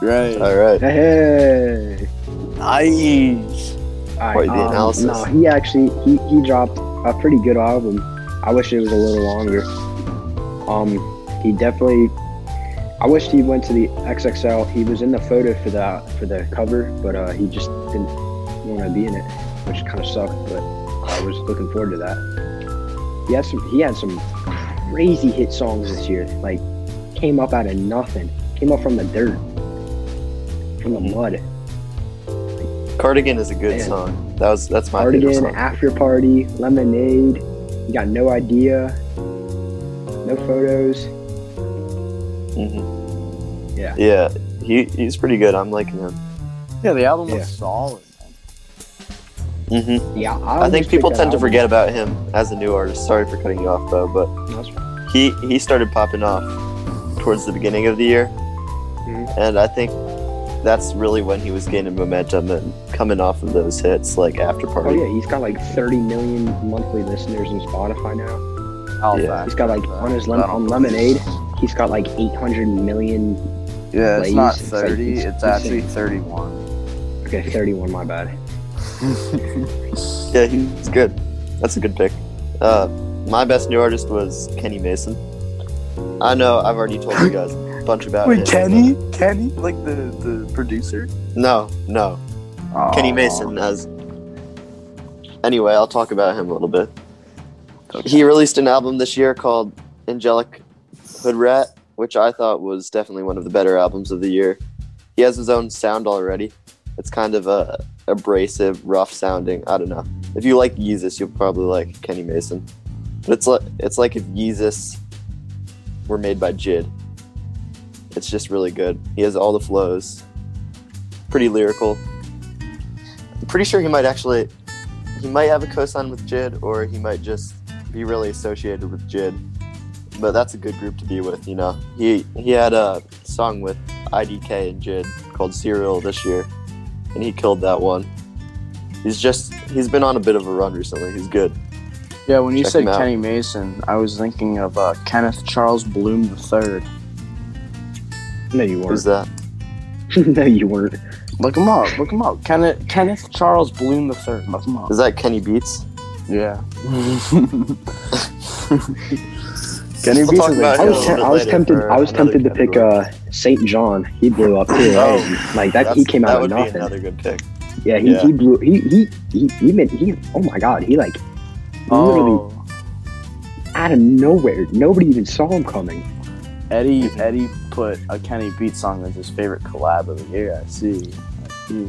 Speaker 2: Right.
Speaker 1: All right.
Speaker 5: Hey, hey.
Speaker 2: Nice.
Speaker 5: All
Speaker 1: Quite the analysis.
Speaker 5: um, No, he actually he, he dropped a pretty good album. I wish it was a little longer. Um, he definitely. I wish he went to the XXL. He was in the photo for the for the cover, but uh, he just didn't want to be in it, which kind of sucked. But I was looking forward to that. He had some he had some crazy hit songs this year. Like came up out of nothing. Came up from the dirt, from
Speaker 1: Mm-hmm.
Speaker 5: the mud.
Speaker 1: Cardigan is a good
Speaker 5: Man.
Speaker 1: song. That was that's my favorite
Speaker 5: Cardigan,
Speaker 1: song.
Speaker 5: After Party, Lemonade. You got no idea. No photos.
Speaker 1: Mhm.
Speaker 5: Yeah.
Speaker 1: Yeah, he, he's pretty good. I'm liking him.
Speaker 2: Yeah, the album
Speaker 5: Yeah.
Speaker 2: was solid.
Speaker 1: hmm
Speaker 5: Yeah,
Speaker 1: I think people tend to forget about him as a new artist. Sorry for cutting you off, though, but
Speaker 5: Oh,
Speaker 1: he he started popping off towards the beginning of the year,
Speaker 5: Mhm.
Speaker 1: and I think that's really when he was gaining momentum and coming off of those hits like after
Speaker 5: Oh
Speaker 1: party.
Speaker 5: yeah, he's got like 30 million monthly listeners on Spotify now.
Speaker 2: I'll
Speaker 1: Yeah.
Speaker 2: back
Speaker 5: He's got like
Speaker 2: that.
Speaker 5: on his lem-
Speaker 2: I don't
Speaker 5: on
Speaker 2: believe
Speaker 5: Lemonade, he's got like 800 million.
Speaker 2: Yeah, it's
Speaker 5: plays.
Speaker 2: not
Speaker 5: It's like-
Speaker 2: 30.
Speaker 5: it's-
Speaker 2: It's,
Speaker 5: it's
Speaker 2: actually
Speaker 5: insane.
Speaker 2: 31.
Speaker 5: Okay, 31. My bad.
Speaker 1: Yeah, he's good. That's a good pick. Uh, my best new artist was Kenny Mason. I know I've already told you guys a bunch about him.
Speaker 2: Kenny? Like the, the producer?
Speaker 1: No, no. Kenny Mason has. Anyway, I'll talk about him a little bit. He released an album this year called Angelic Hood Rat, which I thought was definitely one of the better albums of the year. He has his own sound already. It's kind of a abrasive, rough sounding. I don't know. If you like Yeezus, you'll probably like Kenny Mason. But it's like it's like if Yeezus were made by Jid. It's just really good. He has all the flows. Pretty lyrical. I'm pretty sure he might actually he might have a cosign with Jid or he might just be really associated with Jid. But that's a good group to be with, you know. He he had a song with IDK and Jid called Serial this year and he killed that one. He's just he's been on a bit of a run recently. He's good.
Speaker 2: Yeah, when you
Speaker 1: Check
Speaker 2: said
Speaker 1: him out.
Speaker 2: Kenny Mason, I was thinking of uh, Kenneth Charles Bloom III.
Speaker 5: No, you
Speaker 1: Who's
Speaker 5: weren't.
Speaker 1: that?
Speaker 5: no, you weren't.
Speaker 2: Look him up. Look him up. Kenneth, Kenneth Charles Bloom III. Look him up.
Speaker 1: Is that Kenny Beats?
Speaker 2: Yeah. Kenny
Speaker 1: We'll
Speaker 2: Beats
Speaker 1: talk
Speaker 2: is
Speaker 1: about
Speaker 5: I
Speaker 1: him a
Speaker 2: like,
Speaker 5: was,
Speaker 1: little
Speaker 5: te-
Speaker 1: bit
Speaker 5: I was
Speaker 1: later
Speaker 5: tempted.
Speaker 1: for
Speaker 5: I was
Speaker 1: another
Speaker 5: tempted to pick
Speaker 1: category.
Speaker 5: uh, Saint John. He blew up too.
Speaker 1: Oh,
Speaker 5: right? like that. He
Speaker 1: That's-
Speaker 5: came
Speaker 1: that
Speaker 5: out of
Speaker 1: would
Speaker 5: nothing.
Speaker 1: be another good pick.
Speaker 5: Yeah, he,
Speaker 1: Yeah.
Speaker 5: he blew. He he he he, made, he Oh my god, he like literally
Speaker 2: oh,
Speaker 5: out of nowhere. Nobody even saw him coming.
Speaker 2: Eddie
Speaker 1: Mhm.
Speaker 2: Eddie put a Kenny Beats song as his favorite collab of the year. I see. I see.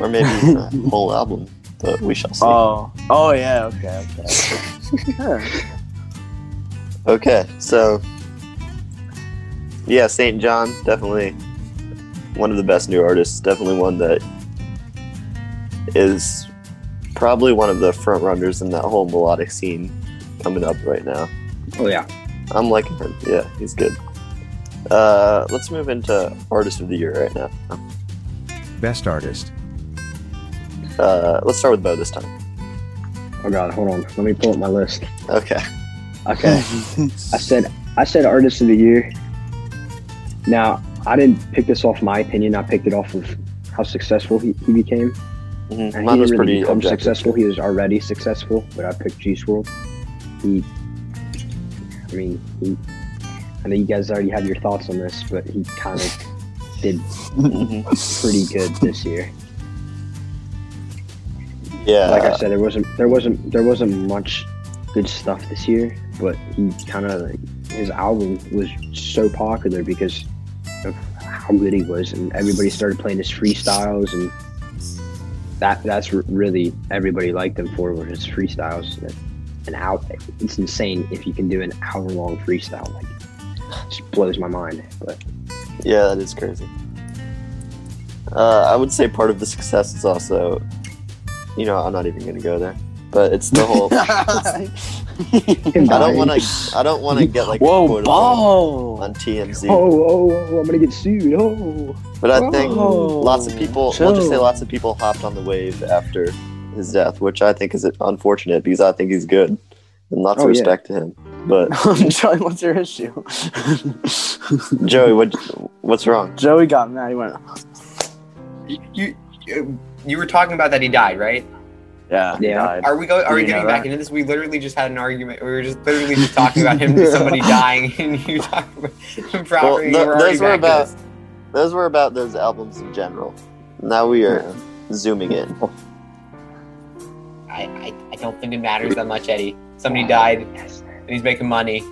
Speaker 1: Or maybe a whole album. But we
Speaker 5: Uh,
Speaker 1: shall see.
Speaker 2: Oh, oh yeah, okay, okay. yeah.
Speaker 1: Okay, so yeah, Saint John definitely one of the best new artists. Definitely one that is probably one of the front runners in that whole melodic scene coming up right now.
Speaker 5: Oh yeah.
Speaker 1: I'm liking him. Yeah, he's good. Uh, let's move into artist of the year right now.
Speaker 3: Best artist.
Speaker 1: Uh, let's start with Bo this time.
Speaker 5: Oh god, hold on. Let me pull up my list.
Speaker 1: Okay.
Speaker 5: Okay. I said I said artist of the year. Now I didn't pick this off my opinion. I picked it off of how successful he, he became.
Speaker 1: Mhm.
Speaker 5: And
Speaker 1: Mine
Speaker 5: he
Speaker 1: was
Speaker 5: didn't really
Speaker 1: pretty
Speaker 5: become
Speaker 1: objective.
Speaker 5: successful. He was already successful, but I picked Juice World. He, I mean, he. I know you guys already have your thoughts on this, but he kind of did
Speaker 1: Mhm.
Speaker 5: pretty good this year.
Speaker 1: yeah.
Speaker 5: Like I said, there wasn't there wasn't there wasn't much good stuff this year, but he kind of like, his album was so popular because of how good he was, and everybody started playing his freestyles, and that that's r- really everybody liked him for were his freestyles. And An hour, it's insane if you can do an hour long freestyle. Like, it just blows my mind. But
Speaker 1: Yeah, that is crazy. Uh, I would say part of the success is also, you know, I'm not even going to go there, but it's the whole. I don't want to. I don't want to get like
Speaker 2: Whoa,
Speaker 1: quoted on
Speaker 2: ball!
Speaker 1: on TMZ,
Speaker 5: Oh, oh, oh, I'm gonna get sued. Oh.
Speaker 1: but I think
Speaker 2: Oh,
Speaker 5: Whoa.
Speaker 1: lots of people. We'll just say lots of people hopped on the wave after his death, which I think is unfortunate because I think he's good and lots of
Speaker 5: Oh, yeah.
Speaker 1: respect to him. But
Speaker 2: Joey, what's your issue?
Speaker 1: Joey, what what's wrong?
Speaker 2: Joey got mad. He went,
Speaker 4: You, you you were talking about that he died, right?
Speaker 2: yeah, he
Speaker 5: Yeah.
Speaker 2: died.
Speaker 4: Are we going? Are we
Speaker 2: Yeah,
Speaker 4: getting
Speaker 2: that-
Speaker 4: back into this? We literally just had an argument. We were just literally just talking about him, somebody dying, and you talking about him
Speaker 1: Well,
Speaker 4: property.
Speaker 1: tho-
Speaker 4: we're already
Speaker 1: those were
Speaker 4: back to
Speaker 1: about
Speaker 4: this.
Speaker 1: those were about those albums in general. Now we are zooming in.
Speaker 4: I, I, I don't think it matters that much, Eddie. Somebody died, and he's making money.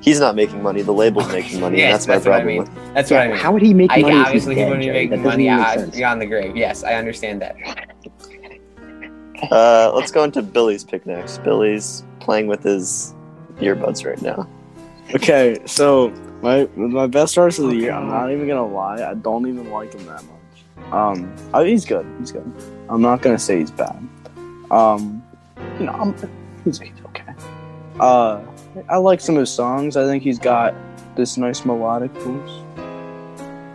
Speaker 1: He's not making money. The label's making money. and
Speaker 4: Yes,
Speaker 1: that's my
Speaker 4: that's what I
Speaker 1: problem.
Speaker 4: mean.
Speaker 1: with-
Speaker 4: That's what I mean.
Speaker 5: How would he make
Speaker 4: I,
Speaker 5: money? if he's
Speaker 4: obviously, he
Speaker 5: dead,
Speaker 4: wouldn't be
Speaker 5: Joey?
Speaker 4: making
Speaker 5: That doesn't
Speaker 4: money
Speaker 5: even make
Speaker 4: out
Speaker 5: sense.
Speaker 4: beyond the grave. Yes, I understand that.
Speaker 1: Uh, let's go into Billy's pick next. Billy's playing with his earbuds right now.
Speaker 2: Okay, so my my best artist of the year. I'm not even gonna lie. I don't even like him that much. Um, I, he's good. He's good. I'm not gonna say he's bad. Um, you know, I'm, he's he's okay. Uh, I like some of his songs. I think he's got this nice melodic voice.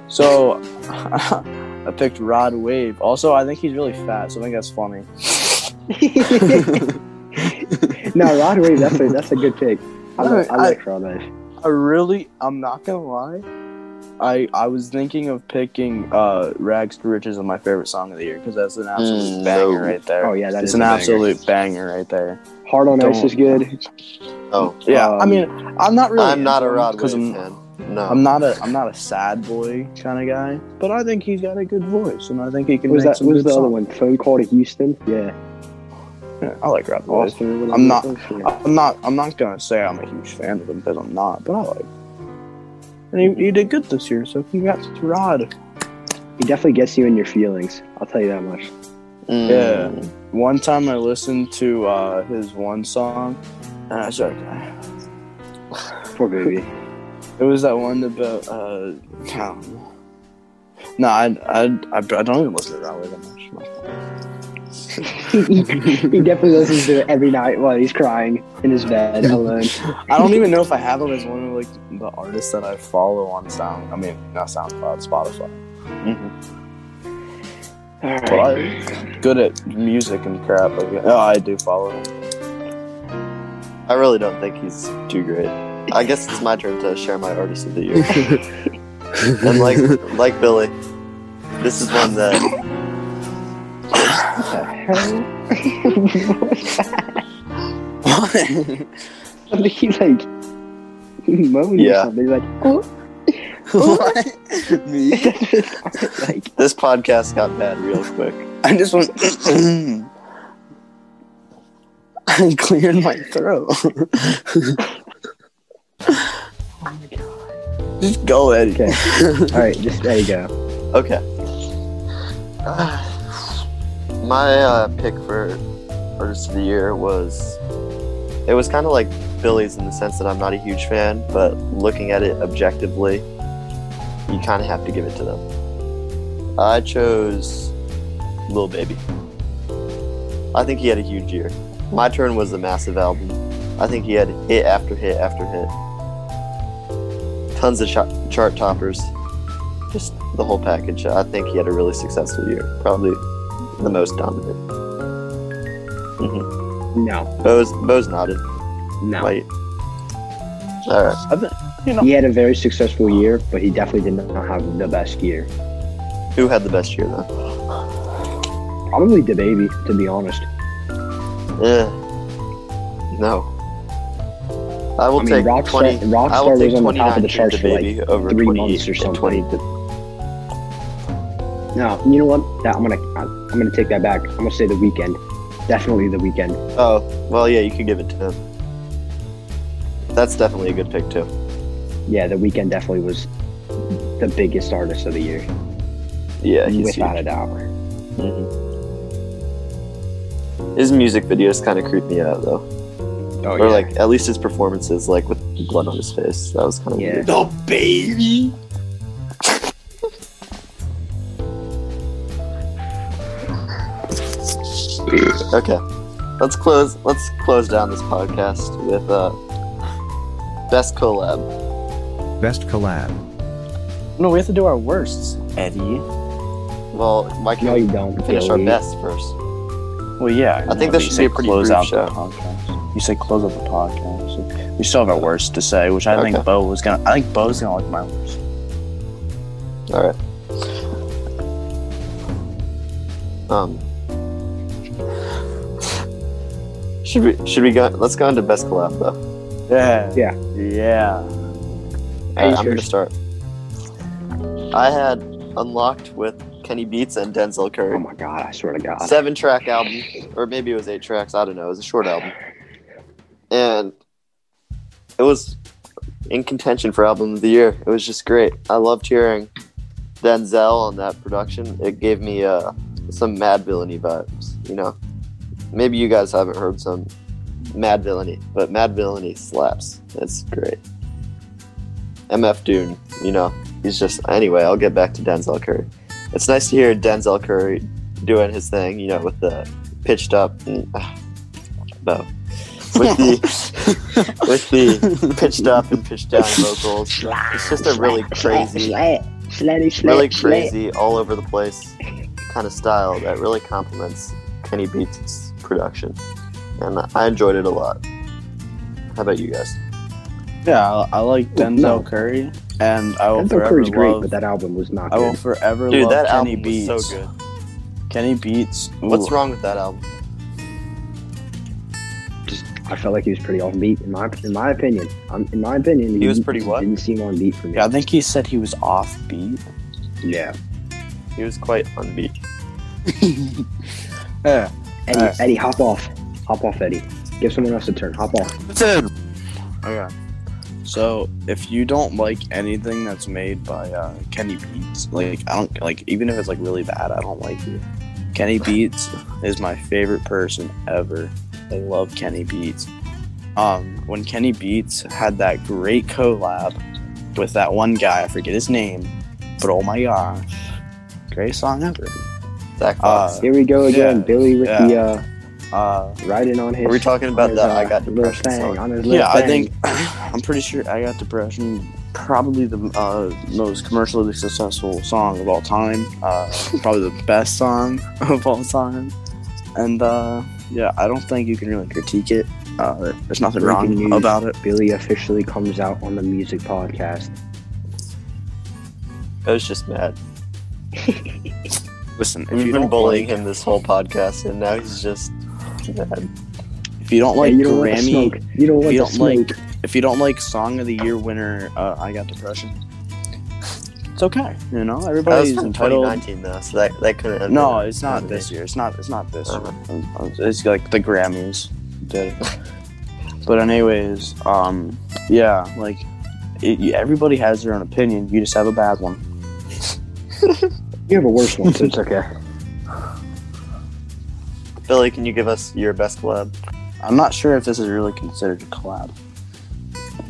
Speaker 2: So, I picked Rod Wave. Also, I think he's really fat, so I think that's funny.
Speaker 4: uh,
Speaker 5: no, Rod Wave, that's a, that's a good pick. I, like- I
Speaker 2: I-
Speaker 5: like Rod Wave.
Speaker 2: I really, I'm not gonna lie. I I was thinking of picking uh, "Rags to Riches" as my favorite song of the year because that's an absolute
Speaker 1: Mm,
Speaker 2: banger
Speaker 1: no.
Speaker 2: right there.
Speaker 5: Oh, yeah, that
Speaker 2: it's
Speaker 5: is
Speaker 2: an
Speaker 5: a banger.
Speaker 2: absolute banger. right there.
Speaker 5: Hard on Ice
Speaker 2: Don't-
Speaker 5: is good.
Speaker 1: Oh,
Speaker 2: Yeah, I
Speaker 5: Um,
Speaker 2: mean, I'm not really.
Speaker 1: I'm not a
Speaker 2: into him
Speaker 1: Rod
Speaker 2: 'cause
Speaker 1: Wave
Speaker 2: I'm,
Speaker 1: fan. No.
Speaker 2: I'm not a I'm not a sad boy kind of guy, but I think he's got a good voice, and I think he can
Speaker 5: Was
Speaker 2: make
Speaker 5: that
Speaker 2: some
Speaker 5: was
Speaker 2: good
Speaker 5: the other
Speaker 2: songs.
Speaker 5: one? Phone call to Houston. Yeah,
Speaker 2: Yeah, I like Rod Wave.
Speaker 5: Austin. or whatever
Speaker 2: I'm not-
Speaker 5: it was, yeah.
Speaker 2: I'm not I'm not gonna say I'm a huge fan of him because I'm not, but I like. Him. And he, he did good this year, so congrats to Rod.
Speaker 5: He definitely gets you in your feelings. I'll tell you that much.
Speaker 1: Mm.
Speaker 2: One time I listened to uh, his one song, Ah, and I started crying.
Speaker 5: Poor baby.
Speaker 2: It was that one about. Uh, I don't know. no, I, I, I, I don't even listen to Raleigh that much.
Speaker 5: he, definitely listens to it every night while he's crying in his bed alone.
Speaker 2: I don't even know if I have him as one of like the artists that I follow on Sound. I mean, not SoundCloud, Spotify.
Speaker 5: All right.
Speaker 2: But I'm good at music and crap. Like, oh, I do follow him.
Speaker 1: I really don't think he's too great. I guess it's my turn to share my artist of the year. and like like Billy, this is one that
Speaker 5: he like moaned
Speaker 1: Yeah.
Speaker 5: or something. He's like, oh.
Speaker 2: what? Me?
Speaker 5: like
Speaker 1: this podcast got bad real quick.
Speaker 2: I just went. I cleared my throat. Oh Just go, Eddie.
Speaker 5: okay. All right, just there you go.
Speaker 1: Okay. My uh, pick for artist of the year was it was kind of like Billy's in the sense that I'm not a huge fan, but looking at it objectively, you kind of have to give it to them. I chose Lil Baby. I think he had a huge year. My turn was the massive album. I think he had hit after hit after hit. Tons of ch- chart toppers just the whole package. I think he had a really successful year, probably the most dominant.
Speaker 5: No,
Speaker 1: Bo's Bo's nodded.
Speaker 5: no.
Speaker 1: Wait. All right.
Speaker 2: I think, You know,
Speaker 5: He had a very successful year, but he definitely did not have the best year.
Speaker 1: Who had the best year though?
Speaker 5: Probably the baby, to be honest.
Speaker 1: Eh. No. I will
Speaker 5: I mean,
Speaker 1: take
Speaker 5: Rockstar-
Speaker 1: twenty. I
Speaker 5: Rockstar
Speaker 1: will take
Speaker 5: was on the top of the
Speaker 1: 29
Speaker 5: charts
Speaker 1: to
Speaker 5: for, like,
Speaker 1: baby over
Speaker 5: three
Speaker 1: 28
Speaker 5: months or something.
Speaker 1: 20
Speaker 5: No, you know what? That, I'm gonna I'm gonna take that back. I'm gonna say the weekend. Definitely the weekend.
Speaker 1: Oh, well, yeah, you could give it to him. That's definitely a good pick too.
Speaker 5: Yeah, the weekend definitely was the biggest artist of the year,
Speaker 1: Yeah, he's
Speaker 5: without
Speaker 1: huge.
Speaker 5: a doubt. Mm-hmm.
Speaker 1: Mhm. His music videos kind of creep me out though,
Speaker 5: Oh
Speaker 1: or like at least his performances, like with the blood on his face. That was kind of
Speaker 5: Yeah.
Speaker 1: weird.
Speaker 2: the baby.
Speaker 1: Okay, let's close. Let's close down this podcast with uh, best collab.
Speaker 3: Best collab.
Speaker 2: No, we have to do our worsts, Eddie.
Speaker 1: Well, why
Speaker 5: No,
Speaker 1: can't
Speaker 5: you
Speaker 1: we
Speaker 5: don't.
Speaker 1: finish our
Speaker 5: Billy.
Speaker 1: best first?
Speaker 2: Well, yeah.
Speaker 1: I think
Speaker 2: no,
Speaker 1: this
Speaker 2: you
Speaker 1: should
Speaker 2: say
Speaker 1: be a pretty
Speaker 2: close
Speaker 1: brief
Speaker 2: out
Speaker 1: show.
Speaker 2: the podcast. You say close out the podcast. So we still have our worst to say, which I
Speaker 1: Okay.
Speaker 2: think Bo was gonna. I think Bo's gonna like my worst.
Speaker 1: All right. Um. Should we should we go? Let's go into best collab though.
Speaker 2: Yeah.
Speaker 5: Yeah.
Speaker 2: Yeah.
Speaker 5: Are you
Speaker 1: Alright, I'm
Speaker 5: sure?
Speaker 1: gonna start. I had unlocked with Kenny Beats and Denzel
Speaker 5: Oh
Speaker 1: Curry,
Speaker 5: my god! I swear to God.
Speaker 1: seven track album, or maybe it was eight tracks. I don't know. It was a short album, and it was in contention for album of the year. It was just great. I loved hearing Denzel on that production. It gave me uh, some Mad Villainy vibes. You know, maybe you guys haven't heard some Mad Villainy, but Mad Villainy slaps. That's great. MF Dune, you know, he's just anyway. I'll get back to Denzel Curry. It's nice to hear Denzel Curry doing his thing. You know, with the pitched up and uh, no, with the with the pitched up and pitched down vocals. It's just a really crazy really crazy, all over the place kind of style that really complements Kenny Beats' production. And I enjoyed it a lot. How about you guys?
Speaker 2: Yeah. I, I like Denzel
Speaker 5: no.
Speaker 2: Curry, and I will
Speaker 5: Denzel
Speaker 2: forever
Speaker 5: Curry's great,
Speaker 2: love.
Speaker 5: but that album was not
Speaker 2: I will
Speaker 5: good.
Speaker 2: forever
Speaker 1: Dude,
Speaker 2: love
Speaker 1: that
Speaker 2: Kenny
Speaker 1: album
Speaker 2: Beats.
Speaker 1: was so good.
Speaker 2: Kenny Beats. Ooh.
Speaker 1: What's wrong with that album?
Speaker 5: Just, I felt like he was pretty off beat in my in my opinion. Um, in my opinion,
Speaker 1: He was pretty what?
Speaker 5: Didn't seem on beat for me.
Speaker 2: Yeah, I think he said he was offbeat.
Speaker 5: Yeah.
Speaker 1: He was quite unbeat.
Speaker 2: Yeah.
Speaker 5: Eddie,
Speaker 2: Alright.
Speaker 5: Eddie, hop off, hop off, Eddie. Give someone else a turn. Hop off.
Speaker 2: Okay. So if you don't like anything that's made by uh, Kenny Beats, like I don't like even if it's like really bad, I don't like it. Kenny Beats is my favorite person ever. I love Kenny Beats. Um, when Kenny Beats had that great collab with that one guy, I forget his name, but oh my gosh, great song ever.
Speaker 1: Zach
Speaker 2: Uh,
Speaker 1: Fox.
Speaker 5: Here we go again,
Speaker 2: Yeah,
Speaker 5: Billy with the uh,
Speaker 2: Uh,
Speaker 5: riding on his.
Speaker 1: Were we talking
Speaker 5: on
Speaker 1: about
Speaker 5: his,
Speaker 1: that
Speaker 5: uh,
Speaker 1: I Got
Speaker 5: little
Speaker 1: Depression
Speaker 5: thing
Speaker 1: song?
Speaker 5: on his little
Speaker 2: yeah, I
Speaker 5: thing.
Speaker 2: think I'm pretty sure I got depression. Probably the uh, most commercially successful song of all time. Uh, probably the best song of all time. And uh, yeah, I don't think you can really critique it. Uh, there's nothing wrong
Speaker 5: Breaking news.
Speaker 2: about it.
Speaker 5: Billy officially comes out on the music podcast.
Speaker 1: I was just mad.
Speaker 2: Listen, if
Speaker 1: We've
Speaker 2: you
Speaker 1: been bullying
Speaker 2: don't bullying
Speaker 1: him this whole podcast, and now he's just mad.
Speaker 2: if you don't like
Speaker 5: Hey, you don't want the
Speaker 2: Grammy,
Speaker 5: smoke. You don't want the
Speaker 2: you don't like-
Speaker 5: smoke.
Speaker 2: if you don't like Song of the Year winner, uh, I got depression. It's okay, you know.
Speaker 1: That was
Speaker 2: Everybody's
Speaker 1: from
Speaker 2: entitled
Speaker 1: 2019, though, so that, that couldn't have been
Speaker 2: No,
Speaker 1: a-
Speaker 2: it's not
Speaker 1: nominated.
Speaker 2: this year. It's not. It's not this. year.
Speaker 1: Uh-huh.
Speaker 2: Um, It's like the Grammys did. it. but anyways, um, yeah, like it, you- everybody has their own opinion. You just have a bad one.
Speaker 5: You have a worse one, so it's okay.
Speaker 1: Billy, can you give us your best collab?
Speaker 2: I'm not sure if this is really considered a collab,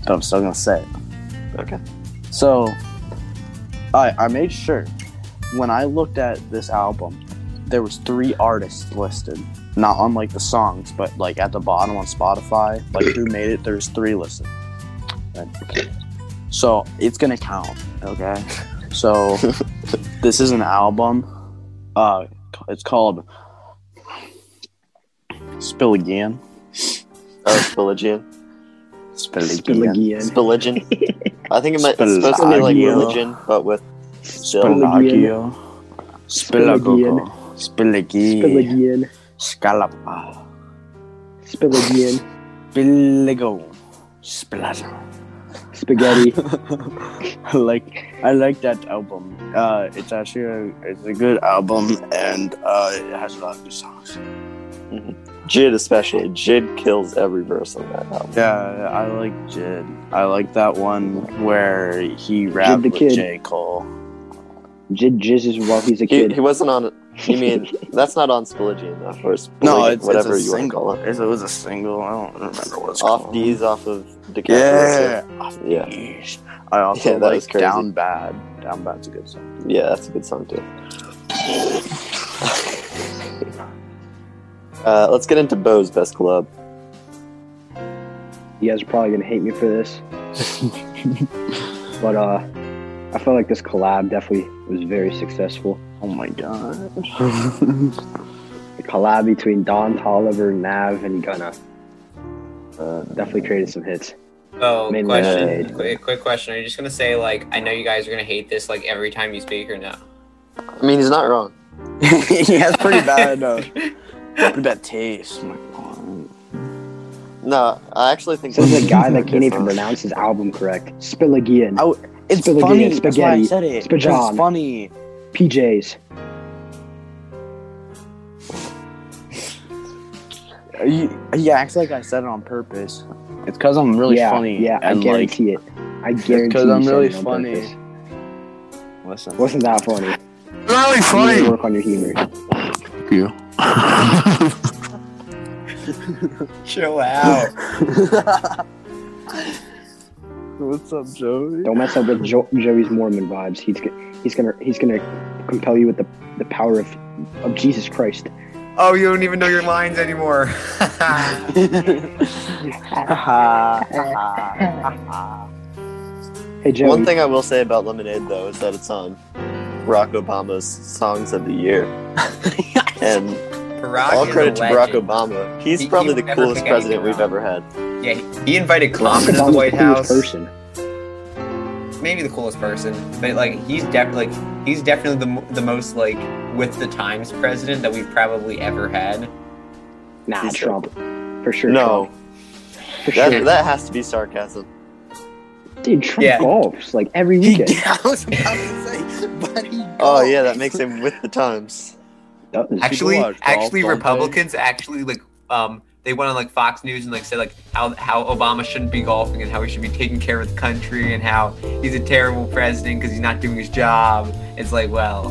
Speaker 2: but I'm still gonna say it.
Speaker 1: Okay.
Speaker 2: So, I I made sure when I looked at this album, there was three artists listed. Not unlike the songs, but like at the bottom on Spotify, like who made it, there's three listed. So it's gonna count, okay? So this is an album. Uh, it's called Spill Again.
Speaker 1: Oh, Spilligian.
Speaker 2: Spill
Speaker 5: Spill again.
Speaker 1: Spilligian. I think it might, it's supposed to be like
Speaker 2: Spelagio.
Speaker 1: religion, but with still.
Speaker 2: Pelagio.
Speaker 5: Spelagian.
Speaker 2: Spelagogo. Spelagi.
Speaker 5: Spillagian.
Speaker 2: Scalapa.
Speaker 5: Spillagian.
Speaker 2: Spiligo. Spelazo.
Speaker 5: Spaghetti.
Speaker 2: I like I like that album. Uh, it's actually a, it's a good album and uh, it has a lot of good songs.
Speaker 1: Jid especially. Jid kills every verse on that album.
Speaker 2: Yeah, I like Jid. I like that one where he
Speaker 5: rapped
Speaker 2: rapped
Speaker 5: the
Speaker 2: with
Speaker 5: with Kid.
Speaker 2: J
Speaker 5: J.
Speaker 2: Cole.
Speaker 5: Jid jizzes while he's a
Speaker 1: He,
Speaker 5: kid.
Speaker 1: he wasn't on. You mean that's not on Spilligian though, or Spilligian,
Speaker 2: No, it's,
Speaker 1: whatever
Speaker 2: it's a
Speaker 1: you want to
Speaker 2: single.
Speaker 1: call it.
Speaker 2: It's- It was a single. I don't remember what it's
Speaker 1: Off
Speaker 2: called.
Speaker 1: D's off of the
Speaker 2: Yeah, off
Speaker 1: Yeah.
Speaker 2: these. I also
Speaker 1: Yeah, that
Speaker 2: like
Speaker 1: was crazy.
Speaker 2: Down Bad. Down Bad's a good song.
Speaker 1: Yeah, that's a good song too. uh, let's get into Bo's best club.
Speaker 5: You guys are probably gonna hate me for this. but uh I felt like this collab definitely was very successful.
Speaker 2: Oh my god.
Speaker 5: The collab between Don Tolliver, Nav, and Gunna
Speaker 1: Uh,
Speaker 5: definitely created some hits.
Speaker 4: Oh,
Speaker 5: Mainly
Speaker 4: question.
Speaker 5: made.
Speaker 4: Quick, quick question. Are you just gonna say like I know you guys are gonna hate this like every time you speak or no?
Speaker 1: I mean, he's not wrong.
Speaker 2: he has pretty bad, uh, pretty bad taste. My god.
Speaker 1: No, I actually think
Speaker 5: So this is a guy that
Speaker 1: good
Speaker 5: can't
Speaker 2: uh,
Speaker 5: even
Speaker 1: song.
Speaker 5: pronounce his album correct. Spillagian.
Speaker 2: Oh, It's
Speaker 5: Spaghetti,
Speaker 2: funny. That's why I
Speaker 5: spaghetti,
Speaker 2: said it. 'cause It's
Speaker 5: spajan.
Speaker 2: funny.
Speaker 5: PJs.
Speaker 2: Are Uh, You, yeah, acts like I said it on purpose. It's because I'm really
Speaker 5: yeah,
Speaker 2: funny.
Speaker 5: Yeah, I
Speaker 2: and like,
Speaker 5: guarantee it. I guarantee
Speaker 2: because
Speaker 5: you
Speaker 2: I'm
Speaker 5: said
Speaker 2: really
Speaker 5: it on
Speaker 2: funny.
Speaker 5: purpose.
Speaker 2: listen.
Speaker 5: Wasn't that funny?
Speaker 2: really
Speaker 5: You need to work on your humor.
Speaker 2: You.
Speaker 4: Chill out.
Speaker 2: What's up, Joey?
Speaker 5: Don't mess up with jo- Joey's Mormon vibes. He's g- he's gonna he's gonna compel you with the, the power of of Jesus Christ.
Speaker 4: oh, you don't even know your lines anymore.
Speaker 5: Hey Joey,
Speaker 1: One thing I will say about Lemonade though is that it's on Barack Obama's songs of the year, and
Speaker 4: Barack
Speaker 1: all
Speaker 4: is a
Speaker 1: credit to Barack
Speaker 4: legend.
Speaker 1: Obama. He's
Speaker 4: He- he
Speaker 1: probably
Speaker 4: would
Speaker 1: the
Speaker 4: never
Speaker 1: coolest
Speaker 4: pick any
Speaker 1: president we've
Speaker 4: Obama.
Speaker 1: ever had.
Speaker 4: Yeah, he- he invited Clown
Speaker 5: Barack
Speaker 4: to the
Speaker 5: Obama's
Speaker 4: White
Speaker 5: the coolest
Speaker 4: House.
Speaker 5: person.
Speaker 4: Maybe the coolest person, but like he's definitely like, he's definitely the mo- the most like with the times president that we've probably ever had.
Speaker 5: Nah,
Speaker 1: He's
Speaker 5: Trump, for sure.
Speaker 1: no,
Speaker 5: Trump. for
Speaker 1: that
Speaker 5: sure.
Speaker 1: that has to be sarcasm.
Speaker 5: Dude, Trump
Speaker 4: Yeah.
Speaker 5: golfs like every
Speaker 2: He,
Speaker 5: weekend.
Speaker 2: I was about to say, but he.
Speaker 1: Oh yeah, that makes him with the times.
Speaker 5: Does.
Speaker 4: actually
Speaker 2: watch golf
Speaker 4: actually
Speaker 2: all day.
Speaker 4: republicans actually like um they went on like fox news and like said like how how obama shouldn't be golfing and how he should be taking care of the country and how he's a terrible president because he's not doing his job it's like well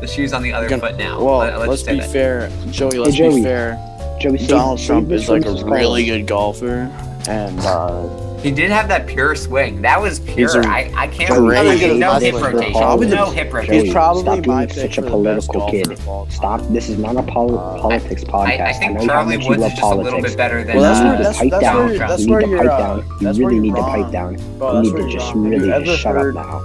Speaker 4: the shoe's on the other
Speaker 2: Gonna-
Speaker 4: foot now
Speaker 2: Well,
Speaker 4: Let-
Speaker 2: let's,
Speaker 4: just say
Speaker 2: be
Speaker 4: that.
Speaker 2: fair, Joey. Let's be
Speaker 5: Joey,
Speaker 2: fair.
Speaker 5: Joey save-
Speaker 2: Donald
Speaker 5: save
Speaker 2: Trump
Speaker 5: this
Speaker 2: is
Speaker 5: for
Speaker 2: like a
Speaker 5: Mrs.
Speaker 2: really
Speaker 5: Collins.
Speaker 2: good golfer, and uh,
Speaker 4: he did have that pure swing that was
Speaker 2: He's
Speaker 4: pure
Speaker 2: a
Speaker 4: I I, I can't
Speaker 2: great
Speaker 4: no
Speaker 1: last
Speaker 4: hip
Speaker 1: one.
Speaker 4: rotation
Speaker 2: Probably the-
Speaker 4: no hip rotation
Speaker 5: Joey,
Speaker 2: he's probably
Speaker 5: stop being
Speaker 2: my pick
Speaker 5: such
Speaker 2: for
Speaker 5: a
Speaker 2: the best
Speaker 5: political
Speaker 2: golfer
Speaker 5: kid.
Speaker 2: of all time.
Speaker 5: Stop. This is not a poli-
Speaker 2: Uh,
Speaker 5: politics podcast.
Speaker 4: I, I
Speaker 5: know
Speaker 4: think
Speaker 5: how
Speaker 4: Charlie
Speaker 5: much you
Speaker 4: Woods
Speaker 5: love
Speaker 4: is just
Speaker 5: politics.
Speaker 4: a little bit better than uh,
Speaker 2: Well, that's
Speaker 5: you need to pipe
Speaker 2: where- that's- that's
Speaker 5: down.
Speaker 2: where-
Speaker 5: you
Speaker 2: that's
Speaker 5: need
Speaker 2: where
Speaker 5: to
Speaker 2: you're,
Speaker 5: pipe
Speaker 2: uh,
Speaker 5: down. You
Speaker 2: that's where
Speaker 5: really
Speaker 2: you're
Speaker 5: need to
Speaker 2: wrong.
Speaker 5: pipe down.
Speaker 2: Bro,
Speaker 5: you
Speaker 2: that's
Speaker 5: need
Speaker 2: where
Speaker 5: to
Speaker 2: you're
Speaker 5: just
Speaker 2: wrong.
Speaker 5: really
Speaker 2: have you
Speaker 5: just
Speaker 2: ever
Speaker 5: shut
Speaker 2: heard,
Speaker 5: up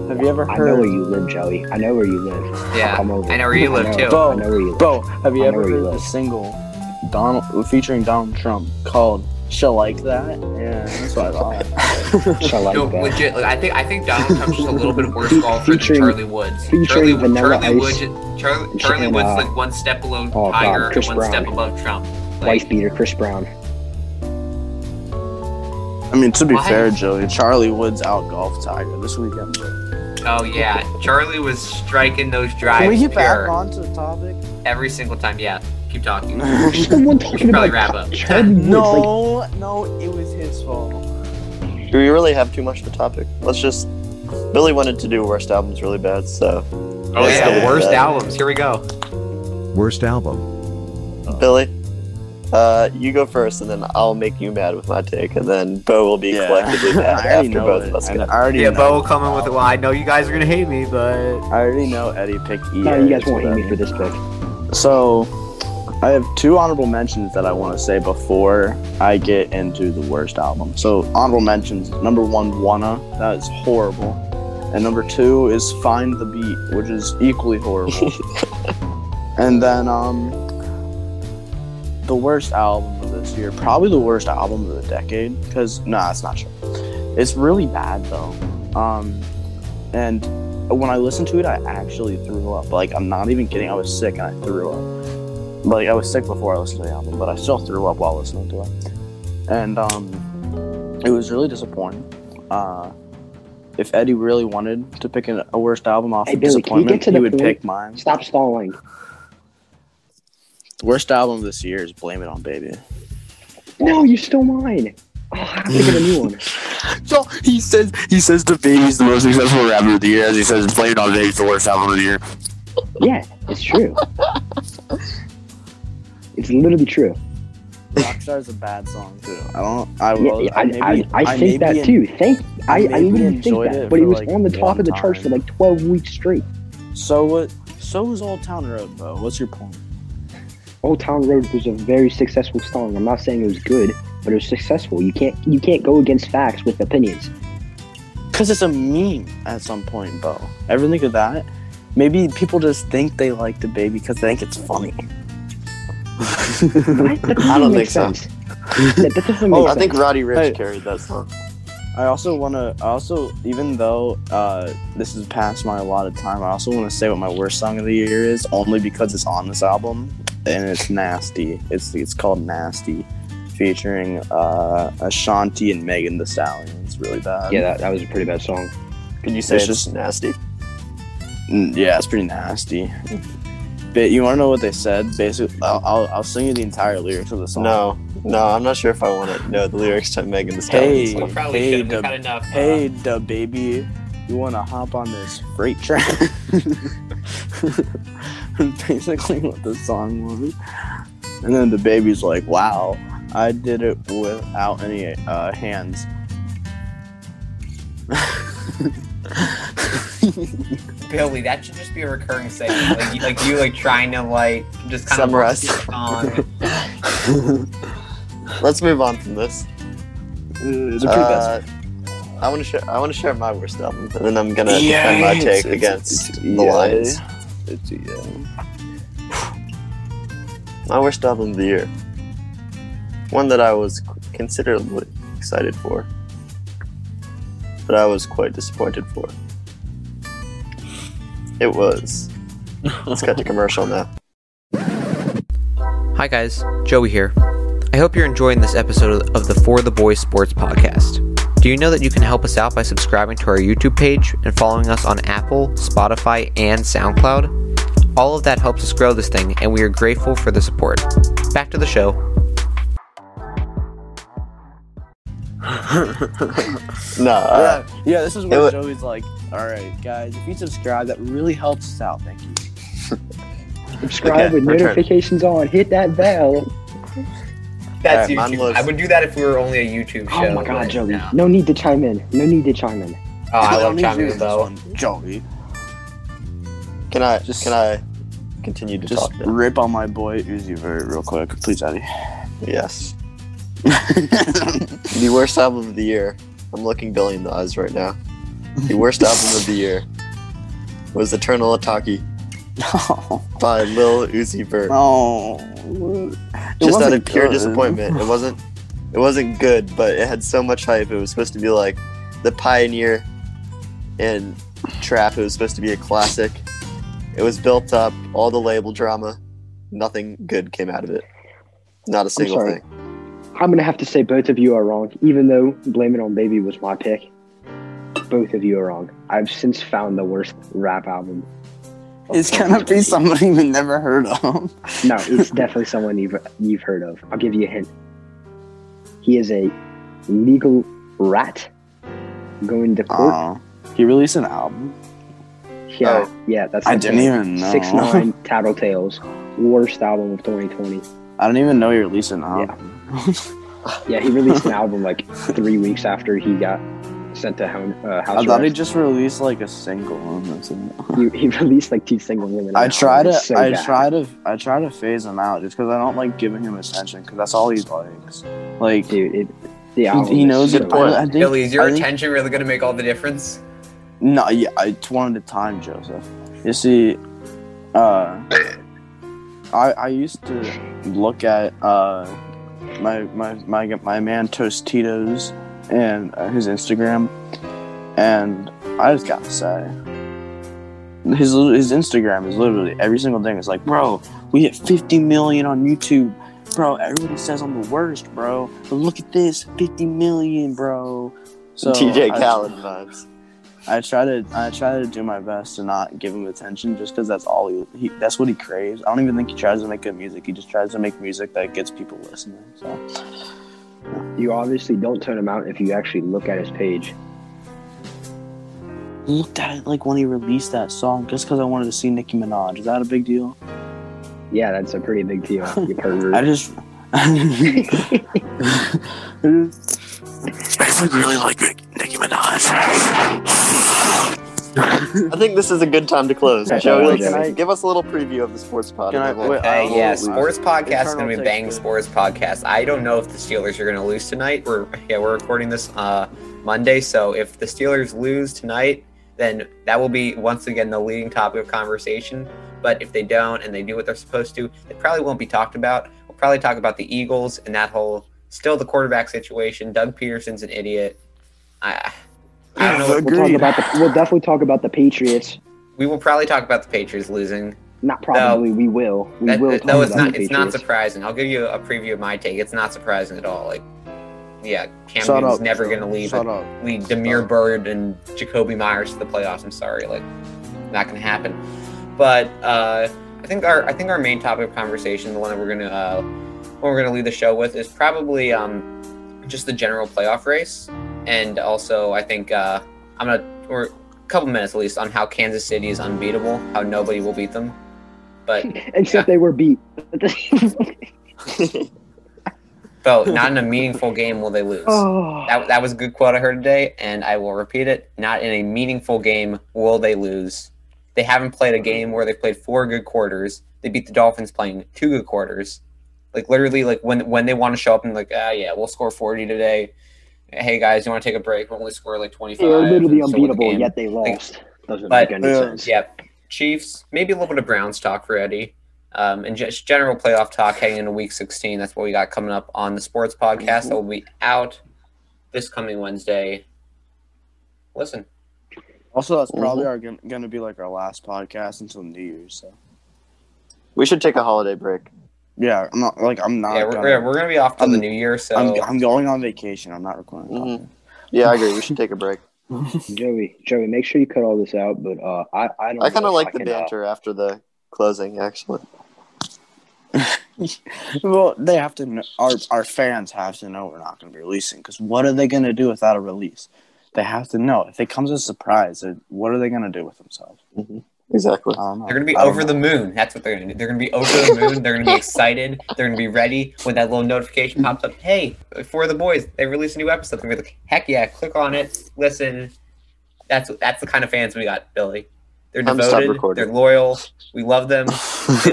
Speaker 5: now.
Speaker 2: Have you ever
Speaker 5: I know where
Speaker 2: heard,
Speaker 5: you live, Joey. I know where you live.
Speaker 4: yeah
Speaker 5: Come over.
Speaker 4: I know where you live,
Speaker 5: I know-
Speaker 4: too.
Speaker 5: I know where you live.
Speaker 2: bro? Have you
Speaker 5: I know
Speaker 2: ever
Speaker 5: where you
Speaker 2: heard the
Speaker 5: live.
Speaker 2: single Donald featuring Donald Trump called "She'll Like That"? Yeah, that's what I thought.
Speaker 5: Shall I
Speaker 4: No,
Speaker 5: go?
Speaker 4: legit. Like, I think I think Donald Trump's just a little bit worse golfer than
Speaker 5: Featuring-
Speaker 4: Charlie Woods.
Speaker 5: featuring
Speaker 4: Charlie,
Speaker 5: Vanilla
Speaker 4: Charlie Woods,
Speaker 5: Ice
Speaker 4: Charlie, Charlie
Speaker 5: and,
Speaker 4: Woods,
Speaker 5: uh,
Speaker 4: like one step below
Speaker 5: oh, God,
Speaker 4: Tiger, and
Speaker 5: Chris
Speaker 4: one
Speaker 5: Brown.
Speaker 4: step above Trump.
Speaker 5: Wife
Speaker 4: Like,
Speaker 5: beater, Chris Brown.
Speaker 2: I mean, to be
Speaker 4: Why?
Speaker 2: fair, Joey, Charlie Woods out golf Tiger this weekend.
Speaker 4: oh yeah, Charlie was striking those drives
Speaker 2: Can we get back
Speaker 4: pure
Speaker 2: onto the topic?
Speaker 4: every single time. Yeah, keep talking.
Speaker 5: There's no one talking
Speaker 4: probably
Speaker 5: about
Speaker 4: wrap up.
Speaker 5: Charlie Woods. Like,
Speaker 2: no, no, it was his fault.
Speaker 1: Do we really have too much of a topic? Let's just. Billy wanted to do worst albums really bad, so
Speaker 4: Oh
Speaker 1: Let's
Speaker 4: yeah,
Speaker 1: get
Speaker 4: worst
Speaker 1: back.
Speaker 4: albums. Here we go.
Speaker 3: Worst album.
Speaker 1: Billy, uh, you go first, and then I'll make you mad with my take, and then Bo will be
Speaker 2: Yeah.
Speaker 1: collectively mad
Speaker 2: I
Speaker 1: after
Speaker 2: already know
Speaker 1: both
Speaker 2: it.
Speaker 1: of us
Speaker 2: I,
Speaker 1: go.
Speaker 2: I already know.
Speaker 4: coming with. Well, I know you guys are gonna hate me, but
Speaker 2: I already know Eddie picked E EA.
Speaker 5: no, you guys
Speaker 2: so
Speaker 5: won't hate
Speaker 2: that
Speaker 5: me for this pick.
Speaker 2: So, I have two honorable mentions that I want to say before I get into the worst album. So, honorable mentions number one, Wanna. That is horrible. And number two is Find the Beat, which is equally horrible. and then, um, the worst album of this year. Probably the worst album of the decade. Because nah, it's not true. It's really bad though. Um, and when I listened to it, I actually threw up. Like I'm not even kidding. I was sick and I threw up. Like I was sick before I listened to the album, but I still threw up while listening to it. And um, it was really disappointing. Uh, if Eddie really wanted to pick an, a worst album off
Speaker 5: Hey,
Speaker 2: of
Speaker 5: Billy, can you get
Speaker 2: disappointment,
Speaker 5: to
Speaker 2: he
Speaker 5: the
Speaker 2: would
Speaker 5: point?
Speaker 2: pick mine.
Speaker 5: Stop stalling.
Speaker 2: Worst album this year is "Blame It on Baby."
Speaker 5: No, you stole mine. Oh, I have to get a new one.
Speaker 6: So he says he says the baby's the most successful rapper of the year, as he says played on Baby's the worst album of the year.
Speaker 5: Yeah, it's true. it's literally true.
Speaker 2: Rockstar is a bad song too. I don't. I
Speaker 5: Yeah,
Speaker 2: was.
Speaker 5: I, I, I,
Speaker 2: maybe
Speaker 5: think that
Speaker 2: en-
Speaker 5: too. Thank
Speaker 2: I
Speaker 5: I, I,
Speaker 2: maybe
Speaker 5: literally think
Speaker 2: enjoyed
Speaker 5: that.
Speaker 2: it
Speaker 5: But it
Speaker 2: for,
Speaker 5: was
Speaker 2: like,
Speaker 5: on the top
Speaker 2: one
Speaker 5: of the charts for
Speaker 2: time.
Speaker 5: like twelve weeks straight.
Speaker 2: So what? So was Old Town Road, bro. What's your point?
Speaker 5: Old Town Road was a very successful song. I'm not saying it was good, but it was successful. You can't you can't go against facts with opinions.
Speaker 2: Because it's a meme at some point, bro. Ever think of that? Maybe people just think they like the baby because they think it's funny.
Speaker 5: Right? That doesn't
Speaker 1: I don't
Speaker 5: make
Speaker 1: think so. Oh,
Speaker 5: sense. That, that doesn't
Speaker 1: I
Speaker 5: make sense.
Speaker 1: think Roddy Rich
Speaker 2: Oh, Hey.
Speaker 1: carried that song.
Speaker 2: I also want to. I also, even though uh, this is past my allotted time, I also want to say what my worst song of the year is, only because it's on this album and it's nasty. It's it's called Nasty, featuring uh, Ashanti and Megan The Stallion. It's really bad.
Speaker 5: yeah, that, that was a pretty bad song.
Speaker 1: Could you say
Speaker 2: It's
Speaker 1: it's,
Speaker 2: just-
Speaker 1: just nasty?
Speaker 2: Mm, yeah, it's pretty nasty. But you want to know what they said? Basically, I'll, I'll, I'll sing you the entire lyrics of the song.
Speaker 1: No, no, I'm not sure if I want to know the lyrics to Megan Thee
Speaker 2: Hey,
Speaker 1: Stallion's
Speaker 4: We
Speaker 1: song.
Speaker 4: probably
Speaker 2: hey,
Speaker 4: should.
Speaker 2: the-
Speaker 4: We've had enough. uh,
Speaker 2: Hey, da baby, you want to hop on this freight train? Basically, what the song was. And then the baby's like, wow, I did it without any uh, hands.
Speaker 4: Uh, Billy, that should just be a recurring segment. Like, you- like you, like trying to like just kind
Speaker 1: Summarize.
Speaker 4: of song.
Speaker 1: Let's move on from this.
Speaker 2: It's
Speaker 1: Uh, I want to share. I want to share my worst album, and then I'm gonna defend my take against the Lions.
Speaker 2: It's, yeah.
Speaker 1: My worst album of the year. One that I was considerably excited for, but I was quite disappointed for. It was. Let's cut to commercial now.
Speaker 7: Hi, guys. Joey here. I hope you're enjoying this episode of the For the Boys Sports Podcast. Do you know that you can help us out by subscribing to our YouTube page and following us on Apple, Spotify, and SoundCloud? All of that helps us grow this thing, and we are grateful for the support. Back to the show.
Speaker 1: No, uh,
Speaker 2: yeah, yeah, this is
Speaker 1: it
Speaker 2: where
Speaker 1: wa-
Speaker 2: Joey's like, all right, guys, if you subscribe, that really helps us out. Thank you.
Speaker 5: Subscribe
Speaker 1: Okay,
Speaker 5: with
Speaker 1: return.
Speaker 5: notifications on. Hit that bell.
Speaker 4: That's
Speaker 1: Alright, mine
Speaker 4: YouTube.
Speaker 1: was-
Speaker 4: I would do that if we were only a YouTube show.
Speaker 5: Oh my
Speaker 4: but
Speaker 5: god, Joey.
Speaker 4: no.
Speaker 5: No need to chime in. No need to chime in.
Speaker 4: Oh, I
Speaker 2: don't
Speaker 4: love
Speaker 2: need to do
Speaker 4: chiming in
Speaker 2: this
Speaker 4: though.
Speaker 2: one, Joey.
Speaker 1: can I?
Speaker 2: Just-
Speaker 1: can I continue to
Speaker 2: Just
Speaker 1: talk? now?
Speaker 2: rip on my boy Uzi Vert real quick, please, Eddie.
Speaker 1: Yes. the worst album of the year. I'm looking Billy in the eyes right now. The worst album of the year was Eternal Ataki
Speaker 2: no,
Speaker 1: by Lil Uzi Vert.
Speaker 2: no. Oh, It
Speaker 1: Just out
Speaker 2: wasn't
Speaker 1: of pure
Speaker 2: good.
Speaker 1: disappointment. It wasn't. It wasn't good, but it had so much hype. It was supposed to be like the pioneer in trap. It was supposed to be a classic. It was built up. All the label drama. Nothing good came out of it. Not a single
Speaker 5: sorry.
Speaker 1: thing.
Speaker 5: I'm gonna have to say both of you are wrong, even though Blame It On Baby was my pick. Both of you are wrong. I've since found the worst rap album. of
Speaker 2: It's gonna be
Speaker 5: 2020.
Speaker 2: somebody you've never heard of.
Speaker 5: No, it's definitely someone you've you've heard of. I'll give you a hint. He is a legal rat going to court.
Speaker 2: Oh, he released an album.
Speaker 5: yeah, yeah, that's
Speaker 2: oh, I
Speaker 5: the
Speaker 2: didn't
Speaker 5: point.
Speaker 2: even know.
Speaker 5: Six Nine Tattletales, worst album of 2020.
Speaker 2: I didn't even know he released an album.
Speaker 5: Yeah, he released an album like three weeks after he got sent to home, uh, house
Speaker 2: I thought he
Speaker 5: arrest.
Speaker 2: just released like a single. and that's it.
Speaker 5: he, he released like two single women.
Speaker 2: I try to,
Speaker 5: It's so
Speaker 2: I
Speaker 5: bad.
Speaker 2: try to, I try to phase him out just because I don't like giving him attention because that's all he likes. Like he,
Speaker 5: dude. It, the album.
Speaker 2: he
Speaker 5: is
Speaker 2: knows
Speaker 5: so
Speaker 2: it.
Speaker 5: bad.
Speaker 2: I, I think,
Speaker 4: Billy, is your
Speaker 2: I think-
Speaker 4: attention really gonna make all the difference?
Speaker 2: No, yeah, it's one at a time, Joseph. You see, uh, I I used to look at uh my my my my man Tostitos and uh, his Instagram, and I just gotta say, his li- his Instagram is literally every single thing is like, bro, we hit 50 million on YouTube, bro. Everybody says I'm the worst, bro, but look at this, 50 million, bro. So
Speaker 1: TJ
Speaker 2: I-
Speaker 1: Khaled vibes.
Speaker 2: I try to I try to do my best to not give him attention just because that's all he, he that's what he craves. I don't even think he tries to make good music. He just tries to make music that gets people listening. So
Speaker 5: You obviously don't turn him out if you actually look at his page.
Speaker 2: I looked at it like when he released that song just because I wanted to see Nicki Minaj. Is that a big deal?
Speaker 5: Yeah, that's a pretty big deal. You
Speaker 2: I
Speaker 5: pervert.
Speaker 2: just I just-
Speaker 8: I really like Nicki Minaj.
Speaker 1: I think this is a good time to close.
Speaker 5: Okay,
Speaker 1: Joey,
Speaker 5: okay.
Speaker 1: can
Speaker 2: I-
Speaker 1: give us a little preview of the sports pod.
Speaker 2: Can I-
Speaker 1: and then we'll- uh,
Speaker 2: wait,
Speaker 4: Hey,
Speaker 2: I
Speaker 4: Uh, yeah,
Speaker 2: will-
Speaker 4: sports podcast is
Speaker 2: Eternal
Speaker 4: going to be
Speaker 2: takes
Speaker 4: Bang
Speaker 2: good.
Speaker 4: Sports podcast. I don't know if the Steelers are going to lose tonight. We're yeah, we're recording this uh, Monday, so if the Steelers lose tonight, then that will be once again the leading topic of conversation. But if they don't and they do what they're supposed to, it probably won't be talked about. We'll probably talk about the Eagles and that whole still the quarterback situation. Doug Peterson's an idiot. I I don't know.
Speaker 5: We'll talk about the. We'll definitely talk about the Patriots.
Speaker 4: we will probably talk about the Patriots losing.
Speaker 5: Not probably. we will. We
Speaker 4: That,
Speaker 5: will.
Speaker 4: that-
Speaker 5: talk
Speaker 4: no, it's
Speaker 5: about
Speaker 4: not.
Speaker 5: the
Speaker 4: It's not
Speaker 5: Patriots.
Speaker 4: surprising. I'll give you a preview of my take. It's not surprising at all. Like, yeah, Cam
Speaker 2: Shut
Speaker 4: Newton's
Speaker 2: up.
Speaker 4: never going to leave
Speaker 2: Shut up.
Speaker 4: lead Demir Bird and Jacoby Myers to the playoffs. I'm sorry, like, not going to happen. But uh, I think our I think our main topic of conversation, the one that we're gonna uh, one we're gonna lead the show with, is probably um, just the general playoff race, and also I think uh, I'm gonna or a couple minutes at least on how Kansas City is unbeatable, how nobody will beat them. But
Speaker 5: Except they were beat.
Speaker 4: Bro, not in a meaningful game will they lose.
Speaker 5: oh.
Speaker 4: That, that was a good quote I heard today, and I will repeat it. Not in a meaningful game will they lose. They haven't played a game where they played four good quarters. They beat the Dolphins playing two good quarters. Like literally, like when when they want to show up and like, ah, yeah, we'll score forty today. Hey guys, you want to take a break? We'll only score like twenty
Speaker 5: they
Speaker 4: five.
Speaker 5: were literally unbeatable, yet they lost. Doesn't
Speaker 4: But- uh,
Speaker 5: make any
Speaker 2: Yeah.
Speaker 5: sense.
Speaker 4: Yep. Chiefs, maybe a little bit of Browns talk for Eddie. Um, and just general playoff talk heading into week 16. That's what we got coming up on the sports podcast that will be out this coming Wednesday. Listen,
Speaker 2: Also, that's
Speaker 8: Mm-hmm.
Speaker 2: probably our gon- gonna be like our last podcast until New Year's. So
Speaker 1: we should take a holiday break.
Speaker 2: yeah, I'm not like I'm not.
Speaker 4: yeah, we're,
Speaker 2: gonna,
Speaker 4: we're, we're going to be off till the
Speaker 2: I'm-
Speaker 4: new year. So, Mm-hmm.
Speaker 2: I'm, I'm going on vacation. I'm not recording. a
Speaker 1: Mhm.
Speaker 2: podcast.
Speaker 1: Yeah, I agree. We should take a break.
Speaker 5: Joey, Joey, make sure you cut all this out. But uh, I, I don't.
Speaker 1: I kind
Speaker 5: know
Speaker 1: of
Speaker 5: if
Speaker 1: like the
Speaker 5: can, uh,
Speaker 1: banter after the closing, actually.
Speaker 2: Well, they have to. Know, our our fans have to know we're not going to be releasing because what are they going to do without a release? They have to know if it comes as a surprise. they're- What are they going to do with themselves?
Speaker 1: Exactly.
Speaker 2: I don't know.
Speaker 4: they're going to be
Speaker 2: I don't
Speaker 4: over the moon. That's what they're going to do. They're going to be over the moon. They're going to be excited. They're going to be ready when that little notification pops up. Hey, for the boys, they released a new episode. They're going to be like, heck yeah, click on it. Listen, that's that's the kind of fans we got, Billy. They're
Speaker 1: I'm gonna stop
Speaker 4: devoted.
Speaker 1: recording.
Speaker 4: They're loyal. We love them. they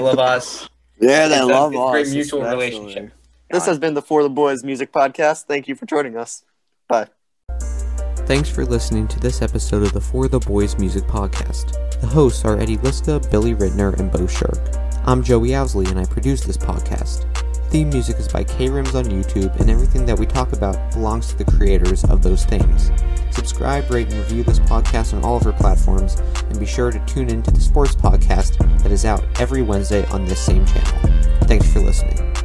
Speaker 4: love us.
Speaker 2: Yeah, they
Speaker 4: It's a-
Speaker 2: love
Speaker 4: it's a great
Speaker 2: us,
Speaker 4: mutual
Speaker 2: especially.
Speaker 4: relationship.
Speaker 1: This has been the For the Boys Music Podcast. Thank you for joining us. Bye.
Speaker 4: Thanks for listening to this episode of the For the Boys Music Podcast. The hosts are Eddie Liska, Billy Ridner, and Bo Shirk. I'm Joey Owsley, and I produce this podcast. Theme music is by K Rims on YouTube, and everything that we talk about belongs to the creators of those things. Subscribe, rate, and review this podcast on all of our platforms, and be sure to tune in to the sports podcast that is out every Wednesday on this same channel. Thanks for listening.